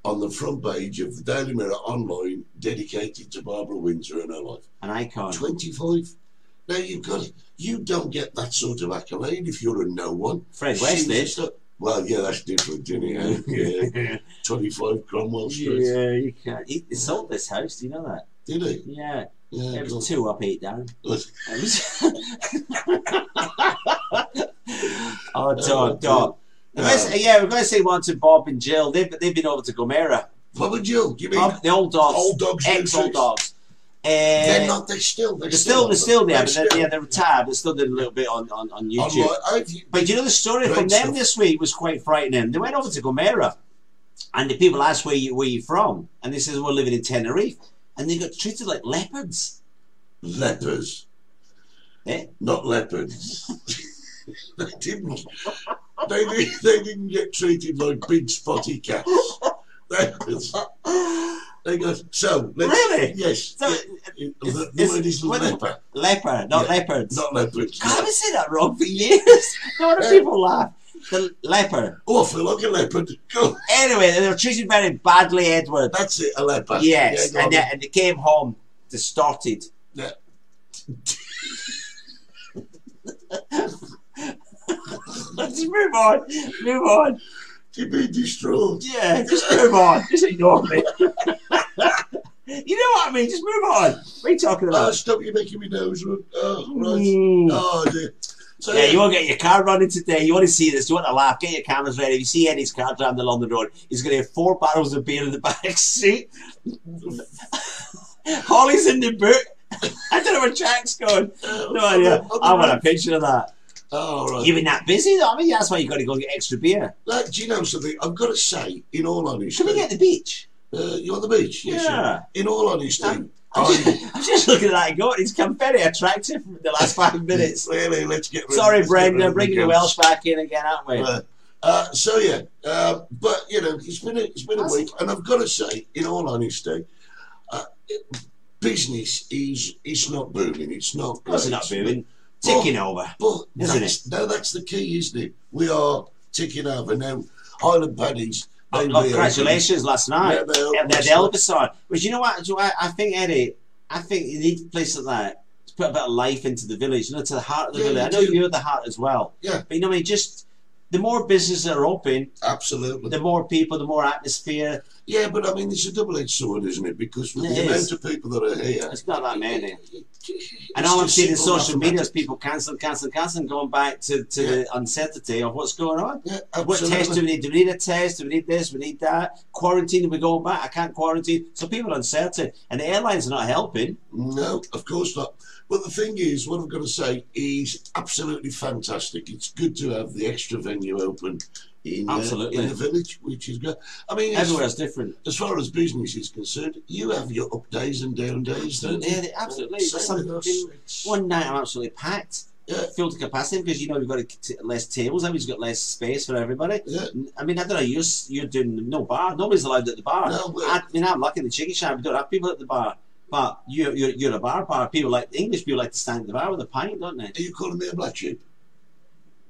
Speaker 3: on the front page of the Daily Mirror online dedicated to Barbara Windsor and her life.
Speaker 2: An icon.
Speaker 3: 25. Now you've got you don't get that sort of accolade if you're a no one.
Speaker 2: Fred
Speaker 3: She's
Speaker 2: West is.
Speaker 3: just a- Well, yeah, that's different, isn't it? Yeah, 25 Cromwell Street.
Speaker 2: Yeah, you can't. He sold this house, do you know that?
Speaker 3: Did he?
Speaker 2: Yeah.
Speaker 3: Yeah,
Speaker 2: It
Speaker 3: God.
Speaker 2: was two up, eight down. It was- oh, dog, dog. The rest- yeah, we're going to say one to Bob and Jill. They've, they've been over to Gomera.
Speaker 3: Bob and Jill, you mean?
Speaker 2: Bob, the old dogs.
Speaker 3: Old dogs, new
Speaker 2: Ex old
Speaker 3: tricks.
Speaker 2: dogs. Uh,
Speaker 3: they're not, they're still, they're,
Speaker 2: They're still, they're still there.
Speaker 3: they're
Speaker 2: But they're,
Speaker 3: still
Speaker 2: yeah, they're retired. They're still doing a little bit on, on, on
Speaker 3: on
Speaker 2: YouTube.
Speaker 3: my- I've-
Speaker 2: But you know, the story
Speaker 3: Great
Speaker 2: from them
Speaker 3: stuff.
Speaker 2: this week was quite frightening. They went over to Gomera, and the people asked, "Where you where you from?" And they says, "We're living in Tenerife," and they got treated like leopards.
Speaker 3: Lepers,
Speaker 2: Eh?
Speaker 3: not leopards. they didn't, they, didn't- they didn't get treated like big spotty cats. Lepers. They go, so let's.
Speaker 2: Really?
Speaker 3: Yes.
Speaker 2: So,
Speaker 3: Yeah, yeah, the the
Speaker 2: it's-
Speaker 3: word is
Speaker 2: what-
Speaker 3: leper,
Speaker 2: Leopard, not
Speaker 3: Yeah.
Speaker 2: leopards.
Speaker 3: not leopards.
Speaker 2: God, I've been saying that wrong for years. no wonder people laugh. The leopard.
Speaker 3: Oh, I feel like a leopard. Go.
Speaker 2: Anyway, they were treated very badly, Edward.
Speaker 3: That's it, a leopard. Yeah,
Speaker 2: Yes,
Speaker 3: go
Speaker 2: and,
Speaker 3: on.
Speaker 2: they, and they came home distorted.
Speaker 3: Yeah.
Speaker 2: Let's move on. Move on.
Speaker 3: You've been destroyed.
Speaker 2: Yeah, just move on. Just ignore me. you know what I mean? Just move on. What are you talking
Speaker 3: Oh,
Speaker 2: about?
Speaker 3: stop, you're making me nose run. Oh, right.
Speaker 2: Mm.
Speaker 3: Oh, dear. So,
Speaker 2: Yeah, you want to get your car running today. You want to see this. You want to laugh. Get your cameras ready. If you see Eddie's car driving along the road, he's going to have four barrels of beer in the back seat. Holly's in the boot. I don't know where Jack's going.
Speaker 3: Oh,
Speaker 2: No idea.
Speaker 3: oh,
Speaker 2: I want a picture of that.
Speaker 3: Oh, right.
Speaker 2: You've been that busy, though. I mean, that's why you got to go get extra beer.
Speaker 3: Like, do you know something? I've got to say, in all honesty.
Speaker 2: Should we get the beach?
Speaker 3: uh, you on the beach? Yes, you
Speaker 2: Yeah.
Speaker 3: are. In all honesty,
Speaker 2: I'm- I'm
Speaker 3: I,
Speaker 2: just, I'm just looking at that goat. He's come very attractive in the last five minutes.
Speaker 3: really, let's get rid
Speaker 2: Sorry,
Speaker 3: let's get rid
Speaker 2: Brendan,
Speaker 3: of
Speaker 2: bringing the
Speaker 3: goats.
Speaker 2: Welsh back in again, aren't we?
Speaker 3: Uh, uh, so yeah, uh, but you know, it's been a, it's been a week, and I've got to say, in all honesty, uh, business is it's not booming. It's not.
Speaker 2: Of course, they're
Speaker 3: great.
Speaker 2: not moving. Ticking over.
Speaker 3: But
Speaker 2: Isn't
Speaker 3: that's, no, that's the key, isn't it? We are ticking over now. Highland Paddies.
Speaker 2: Oh,
Speaker 3: they
Speaker 2: look,
Speaker 3: reopened.
Speaker 2: congratulations last night.
Speaker 3: Yeah, they opened
Speaker 2: And they're
Speaker 3: last
Speaker 2: the Elvis on. But you know what? Do I, I think, Eddie, I think you need a place like that to put a bit of life into the village, you know, to the heart of the
Speaker 3: Yeah,
Speaker 2: village.
Speaker 3: you
Speaker 2: I know
Speaker 3: do.
Speaker 2: you're the heart as well.
Speaker 3: Yeah.
Speaker 2: But you know what I mean? Just the more businesses that are open,
Speaker 3: Absolutely.
Speaker 2: the more people, the more atmosphere.
Speaker 3: Yeah, but I mean, it's a double-edged sword, isn't it? Because with
Speaker 2: It
Speaker 3: the
Speaker 2: is.
Speaker 3: amount of people that are here,
Speaker 2: It's not that many. And all I'm
Speaker 3: just
Speaker 2: seeing in
Speaker 3: simple
Speaker 2: social media is
Speaker 3: mathematics.
Speaker 2: people cancelling, cancelling, cancelling, going back to, to the uncertainty of what's going on.
Speaker 3: Yeah,
Speaker 2: what test do
Speaker 3: absolutely.
Speaker 2: we need? Do we need a test? Do we need this? We need that. Quarantine, we go back. I can't quarantine. So people are uncertain. And the airlines are not helping.
Speaker 3: No, of course not. But the thing is, what I've got to say is absolutely fantastic. It's good to have the extra venue open in, uh,
Speaker 2: Absolutely.
Speaker 3: in the village, which is good. I mean, as,
Speaker 2: Everywhere's different.
Speaker 3: as far as business is concerned, you have your up days and down days, don't you?
Speaker 2: Yeah, they- absolutely.
Speaker 3: Same
Speaker 2: Some-
Speaker 3: with us. It's-
Speaker 2: One night I'm absolutely packed.
Speaker 3: Yeah.
Speaker 2: Filled to capacity because you know you've got a t- less tables, everybody's got less space for everybody.
Speaker 3: Yeah.
Speaker 2: I mean, I don't know, you're, s- you're doing no bar, nobody's allowed at the bar.
Speaker 3: No, well-
Speaker 2: I mean, I'm lucky in the chicken shop, we don't have people at the bar. But you're, you're, you're a bar bar. People like English people like to stand at the bar with a pint, don't they?
Speaker 3: Are you calling me a black sheep?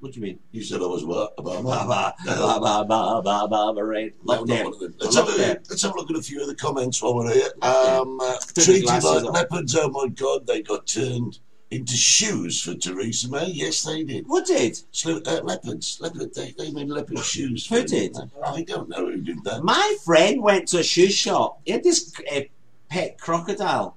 Speaker 2: What do you mean?
Speaker 3: You said I was what? About
Speaker 2: Ba ba ba ba ba ba ba ba right.
Speaker 3: No,
Speaker 2: Love
Speaker 3: not
Speaker 2: them.
Speaker 3: one of them. Let's,
Speaker 2: I
Speaker 3: have
Speaker 2: love
Speaker 3: a,
Speaker 2: them.
Speaker 3: let's have a look at a few of the comments while we're here. Um, uh,
Speaker 2: the
Speaker 3: treated like
Speaker 2: glasses off.
Speaker 3: leopards, oh my God, they got turned into shoes for Theresa May. Yes, they did.
Speaker 2: What did?
Speaker 3: So, uh, leopards, leopard, they, they made leopard shoes.
Speaker 2: Who
Speaker 3: for them.
Speaker 2: did?
Speaker 3: I don't know who did that.
Speaker 2: My friend went to a shoe shop. He had this uh, pet crocodile,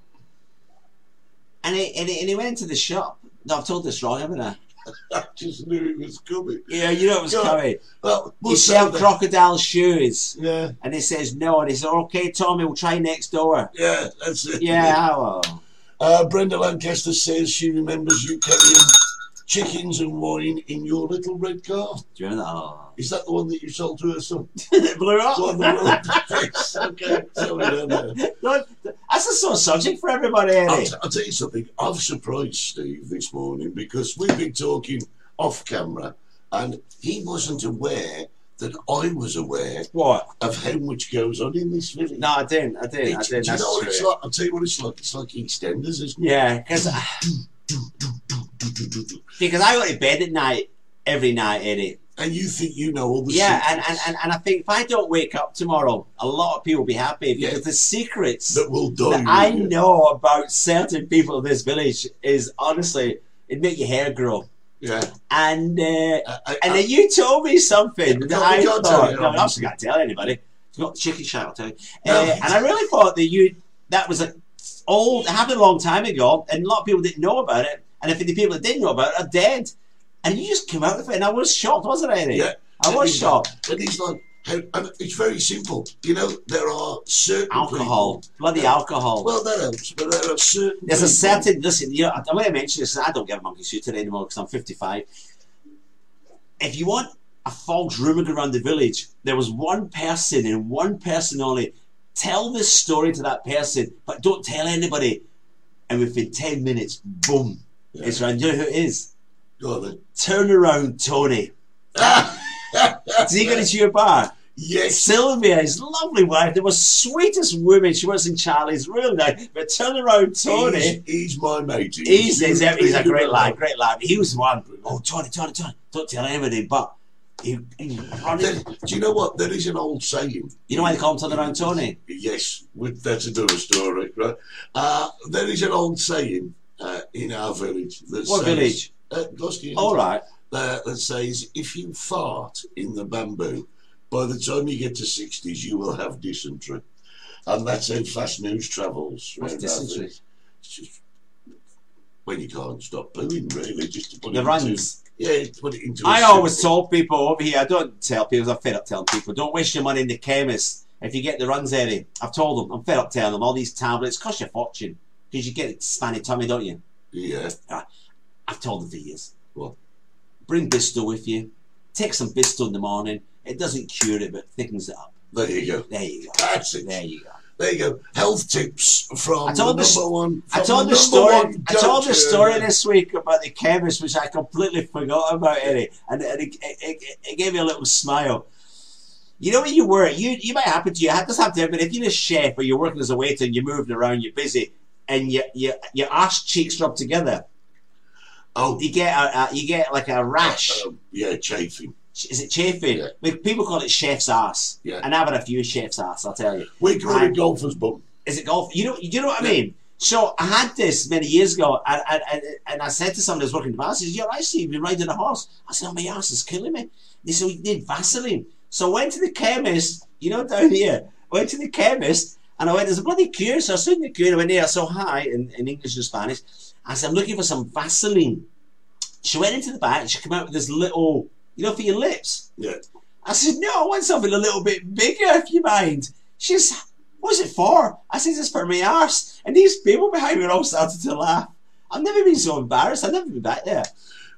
Speaker 2: and he, and he and he went to the shop. No, I've told this wrong, haven't I?
Speaker 3: I just knew it was coming.
Speaker 2: Yeah, you know it was
Speaker 3: Yeah.
Speaker 2: coming.
Speaker 3: Well,
Speaker 2: He
Speaker 3: we'll say
Speaker 2: sell
Speaker 3: that.
Speaker 2: crocodile shoes,
Speaker 3: Yeah,
Speaker 2: and he says no, and he says okay, Tommy, we'll try next door.
Speaker 3: yeah, that's it.
Speaker 2: Yeah, oh. I will.
Speaker 3: Uh, Brenda Lancaster says she remembers you carrying chickens and wine in your little red car.
Speaker 2: Do you remember that? Oh.
Speaker 3: Is that the one that you sold to her son?
Speaker 2: it blew up.
Speaker 3: Well, the world. okay, sorry, no, no.
Speaker 2: No, That's a sore subject for everybody. Eddie.
Speaker 3: I'll, t- I'll tell you something. I've surprised Steve this morning because we've been talking off camera, and he wasn't aware that I was aware
Speaker 2: what?
Speaker 3: of how much goes on in this village.
Speaker 2: No, I didn't. I didn't. I
Speaker 3: It's-
Speaker 2: didn't.
Speaker 3: do you
Speaker 2: That's
Speaker 3: know what
Speaker 2: true.
Speaker 3: it's like? I'll tell you what it's like. It's like EastEnders, isn't it?
Speaker 2: Yeah, because because I go to bed at night every night, Eddie.
Speaker 3: And you think you know all the
Speaker 2: Yeah, and, and,
Speaker 3: secrets
Speaker 2: and, and I think if I don't wake up tomorrow, a lot of people will be happy because
Speaker 3: Yeah.
Speaker 2: the secrets
Speaker 3: that will die.
Speaker 2: that
Speaker 3: with
Speaker 2: I
Speaker 3: you.
Speaker 2: know about certain people in this village is honestly it make your hair grow.
Speaker 3: Yeah.
Speaker 2: And uh,
Speaker 3: I, I,
Speaker 2: and then you told me something that
Speaker 3: No, we
Speaker 2: I
Speaker 3: can't
Speaker 2: thought.
Speaker 3: tell you,
Speaker 2: no, I'm not
Speaker 3: obviously.
Speaker 2: going to tell anybody. It's not chicken shit, I'll tell you.
Speaker 3: No.
Speaker 2: Uh, and I really thought that you that was a old. It happened a long time ago, and a lot of people didn't know about it. And if the people that didn't know about it are dead, and you just came out with it, and I was shocked, wasn't I? Eddie?
Speaker 3: Yeah.
Speaker 2: I was shocked.
Speaker 3: And he's like, how, and it's very simple. You know, there are certain
Speaker 2: Alcohol,
Speaker 3: people-
Speaker 2: bloody alcohol.
Speaker 3: Well, that helps, but there are certain.
Speaker 2: There's a
Speaker 3: people-
Speaker 2: certain listen. You know, I'm going to mention this. I don't give a monkey shooter anymore because I'm 55. If you want a false rumor around the village, there was one person and one person only. Tell this story to that person, but don't tell anybody. And within 10 minutes, boom,
Speaker 3: Yeah.
Speaker 2: it's around. You know who it is?
Speaker 3: Go on then.
Speaker 2: Turnaround Tony. Is he going to your bar?
Speaker 3: yes.
Speaker 2: Sylvia, his lovely wife, the most sweetest woman. She works in Charlie's, really nice. But Turnaround Tony.
Speaker 3: He's, he's my mate.
Speaker 2: He's, he's, a, he's a great lad, great lad. He was the one. Oh, Tony, Tony, Tony, don't tell anybody, but he, he run
Speaker 3: Then,
Speaker 2: it.
Speaker 3: do you know what? There is an old saying.
Speaker 2: You know why they call him Turnaround Tony?
Speaker 3: Yes, with, that's another story, right? Uh, there is an old saying uh, in our village. That says,
Speaker 2: What village?
Speaker 3: Uh, Gloucester.
Speaker 2: All right.
Speaker 3: Uh, that says, if you fart in the bamboo, by the time you get to 60s, you will have dysentery. And that's how fast news travels.
Speaker 2: What's
Speaker 3: round our
Speaker 2: dysentery?
Speaker 3: village. It's just when you can't stop pooing, really, just to put
Speaker 2: The
Speaker 3: it Into,
Speaker 2: runs.
Speaker 3: yeah, to put it into. a
Speaker 2: I always
Speaker 3: simple-
Speaker 2: told people over here, I don't tell people, I'm fed up telling people, don't waste your money in the chemist if you get the runs, Eddie. I've told them, I'm fed up telling them, all these tablets cost you a fortune because you get it spanny tummy, don't you?
Speaker 3: Yeah,
Speaker 2: I've told them for years.
Speaker 3: What?
Speaker 2: Bring Bisto with you. Take some Bisto in the morning. It doesn't cure it, but thickens it up.
Speaker 3: there you go.
Speaker 2: There you go.
Speaker 3: That's it.
Speaker 2: There you go.
Speaker 3: There you go. Health tips from
Speaker 2: I told
Speaker 3: the
Speaker 2: the
Speaker 3: number one.
Speaker 2: I
Speaker 3: from
Speaker 2: told
Speaker 3: the number
Speaker 2: the story.
Speaker 3: one
Speaker 2: I told the
Speaker 3: doctor.
Speaker 2: story this week about the chemist, which I completely forgot about, Eddie, and, and it, it, it, it gave me a little smile. You know when you work, you you might happen to you. It doesn't happen to everybody. If you're a chef or you're working as a waiter and you're moving around, you're busy, and your your your arse cheeks rub together,
Speaker 3: Oh,
Speaker 2: you get a, a you get like a rash.
Speaker 3: um, yeah, chafing.
Speaker 2: Is it chafing?
Speaker 3: Yeah.
Speaker 2: Like, People call it chef's ass,
Speaker 3: Yeah.
Speaker 2: and I've had a few chef's ass. I'll tell you.
Speaker 3: We call
Speaker 2: Right.
Speaker 3: it golfers' bum.
Speaker 2: is it golf? You know, you know what I mean. So I had this many years ago, and and, and, and I said to somebody who was working in the bar, I says, "You're actually been riding a horse." I said, "Oh, my ass is killing me." They said, "We need Vaseline." So I went to the chemist, you know, down here. I Went to the chemist, And I went, there's a bloody queue. So I stood in the queue and I went, yeah, so hi, in, in English and Spanish. I said, I'm looking for some Vaseline. She went into the back, she came out with this little, you know, for your lips.
Speaker 3: Yeah.
Speaker 2: I said, no, I want something a little bit bigger, if you mind. She's, what's it for? I said, it's for my arse. And these people behind me all started to laugh. I've never been so embarrassed. I've never been back there.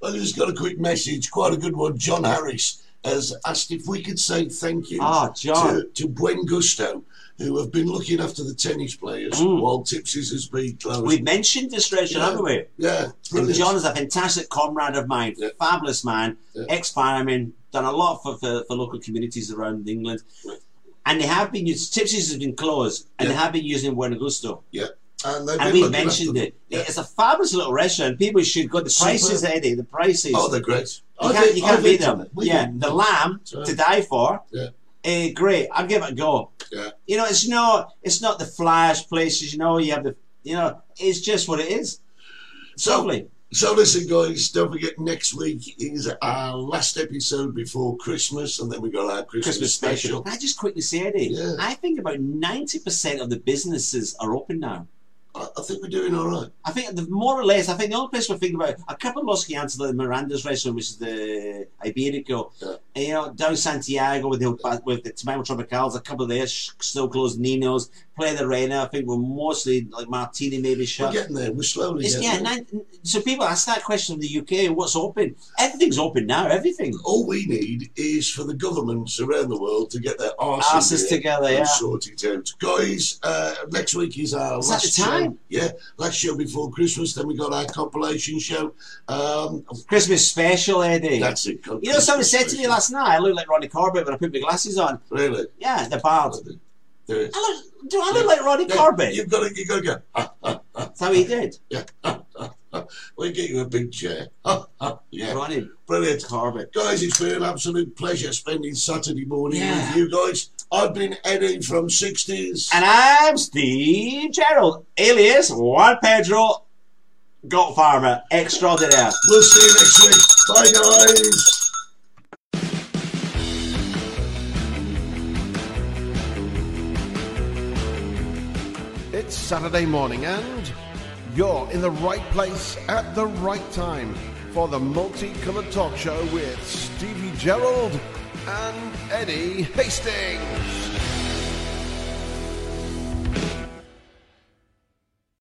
Speaker 3: I just got a quick message, quite a good one. John Harris has asked if we could say thank you
Speaker 2: Ah, John.
Speaker 3: To, to Buen Gusto, who have been looking after the tennis players
Speaker 2: Mm.
Speaker 3: while Tipsy's has been closed.
Speaker 2: We've mentioned this restaurant, haven't we?
Speaker 3: yeah,
Speaker 2: And
Speaker 3: brilliant.
Speaker 2: John is a fantastic comrade of mine,
Speaker 3: Yeah.
Speaker 2: fabulous man,
Speaker 3: Yeah.
Speaker 2: ex-fireman, done a lot for, for, for local communities around England.
Speaker 3: Right.
Speaker 2: And they have been using, Tipsy's has been closed, and
Speaker 3: Yeah.
Speaker 2: they have been using Buen Gusto.
Speaker 3: and, they've
Speaker 2: And
Speaker 3: been
Speaker 2: we
Speaker 3: looking
Speaker 2: mentioned
Speaker 3: after
Speaker 2: it.
Speaker 3: them. Yeah.
Speaker 2: It's a fabulous little restaurant. People should go. The prices,
Speaker 3: Superb.
Speaker 2: Eddie, the prices.
Speaker 3: Oh, they're great.
Speaker 2: you
Speaker 3: I
Speaker 2: can't,
Speaker 3: think-
Speaker 2: you
Speaker 3: I
Speaker 2: can't
Speaker 3: think
Speaker 2: beat them.
Speaker 3: we
Speaker 2: yeah,
Speaker 3: can-
Speaker 2: the lamb
Speaker 3: Sure.
Speaker 2: to die for.
Speaker 3: Yeah.
Speaker 2: Eh, great, I'll give it a go.
Speaker 3: Yeah.
Speaker 2: You know, it's not it's not the flash places. You know, you have the you know, it's just what it is. It's
Speaker 3: So-
Speaker 2: lovely.
Speaker 3: So listen, guys, don't forget next week is our last episode before Christmas, and then we got our Christmas,
Speaker 2: Christmas special. Can I just quickly say, Eddie?
Speaker 3: Yeah.
Speaker 2: I think about ninety percent of the businesses are open now.
Speaker 3: I, I think we're doing all right.
Speaker 2: I think the, more or less, I think the only place we're thinking about a couple of Los Giants, the Miranda's restaurant, which is the Iberico,
Speaker 3: Yeah.
Speaker 2: and, you know, down Santiago with the with the Tamil Tropicals, a couple of there sh- still closed. Nino's, Play the Arena. I think we're mostly like Martini, maybe
Speaker 3: We're
Speaker 2: shut.
Speaker 3: getting there. We're slowly
Speaker 2: It's-
Speaker 3: getting
Speaker 2: yeah,
Speaker 3: there.
Speaker 2: nine, so people ask that question in the UK: What's open? Everything's open now. Everything.
Speaker 3: all we need is for the governments around the world to get their arses,
Speaker 2: Asses
Speaker 3: in
Speaker 2: together,
Speaker 3: and
Speaker 2: yeah.
Speaker 3: sort it out. Guys, uh, next week is our
Speaker 2: Is that
Speaker 3: last
Speaker 2: the time?
Speaker 3: show. Yeah, last show before Christmas. Then we got our compilation show. Um,
Speaker 2: Christmas special, Eddie.
Speaker 3: that's it. co-
Speaker 2: you know, someone
Speaker 3: Christmas
Speaker 2: said to me
Speaker 3: special.
Speaker 2: last night, I look like Ronnie Corbett when I put my glasses on.
Speaker 3: Really?
Speaker 2: Yeah, the bald.
Speaker 3: There it is.
Speaker 2: I look, do I look like Ronnie
Speaker 3: Yeah,
Speaker 2: Corbett?
Speaker 3: You've got to, you've got to go. Ah, ah, ah,
Speaker 2: That's how he did.
Speaker 3: yeah, ah, ah, ah. We'll get you a big chair. Ah, ah, yeah,
Speaker 2: Ronnie
Speaker 3: brilliant.
Speaker 2: Corbett.
Speaker 3: Guys, it's been an absolute pleasure spending Saturday morning
Speaker 2: Yeah.
Speaker 3: with you guys. I've been Eddie from 60s.
Speaker 2: And I'm Steve Gerald, alias Juan Pedro Goat Farmer Extraordinaire.
Speaker 3: We'll see you next week. Bye, guys.
Speaker 1: It's Saturday morning and you're in the right place at the right time for the multicolored talk show with Stevie Gerald and Eddie Hastings.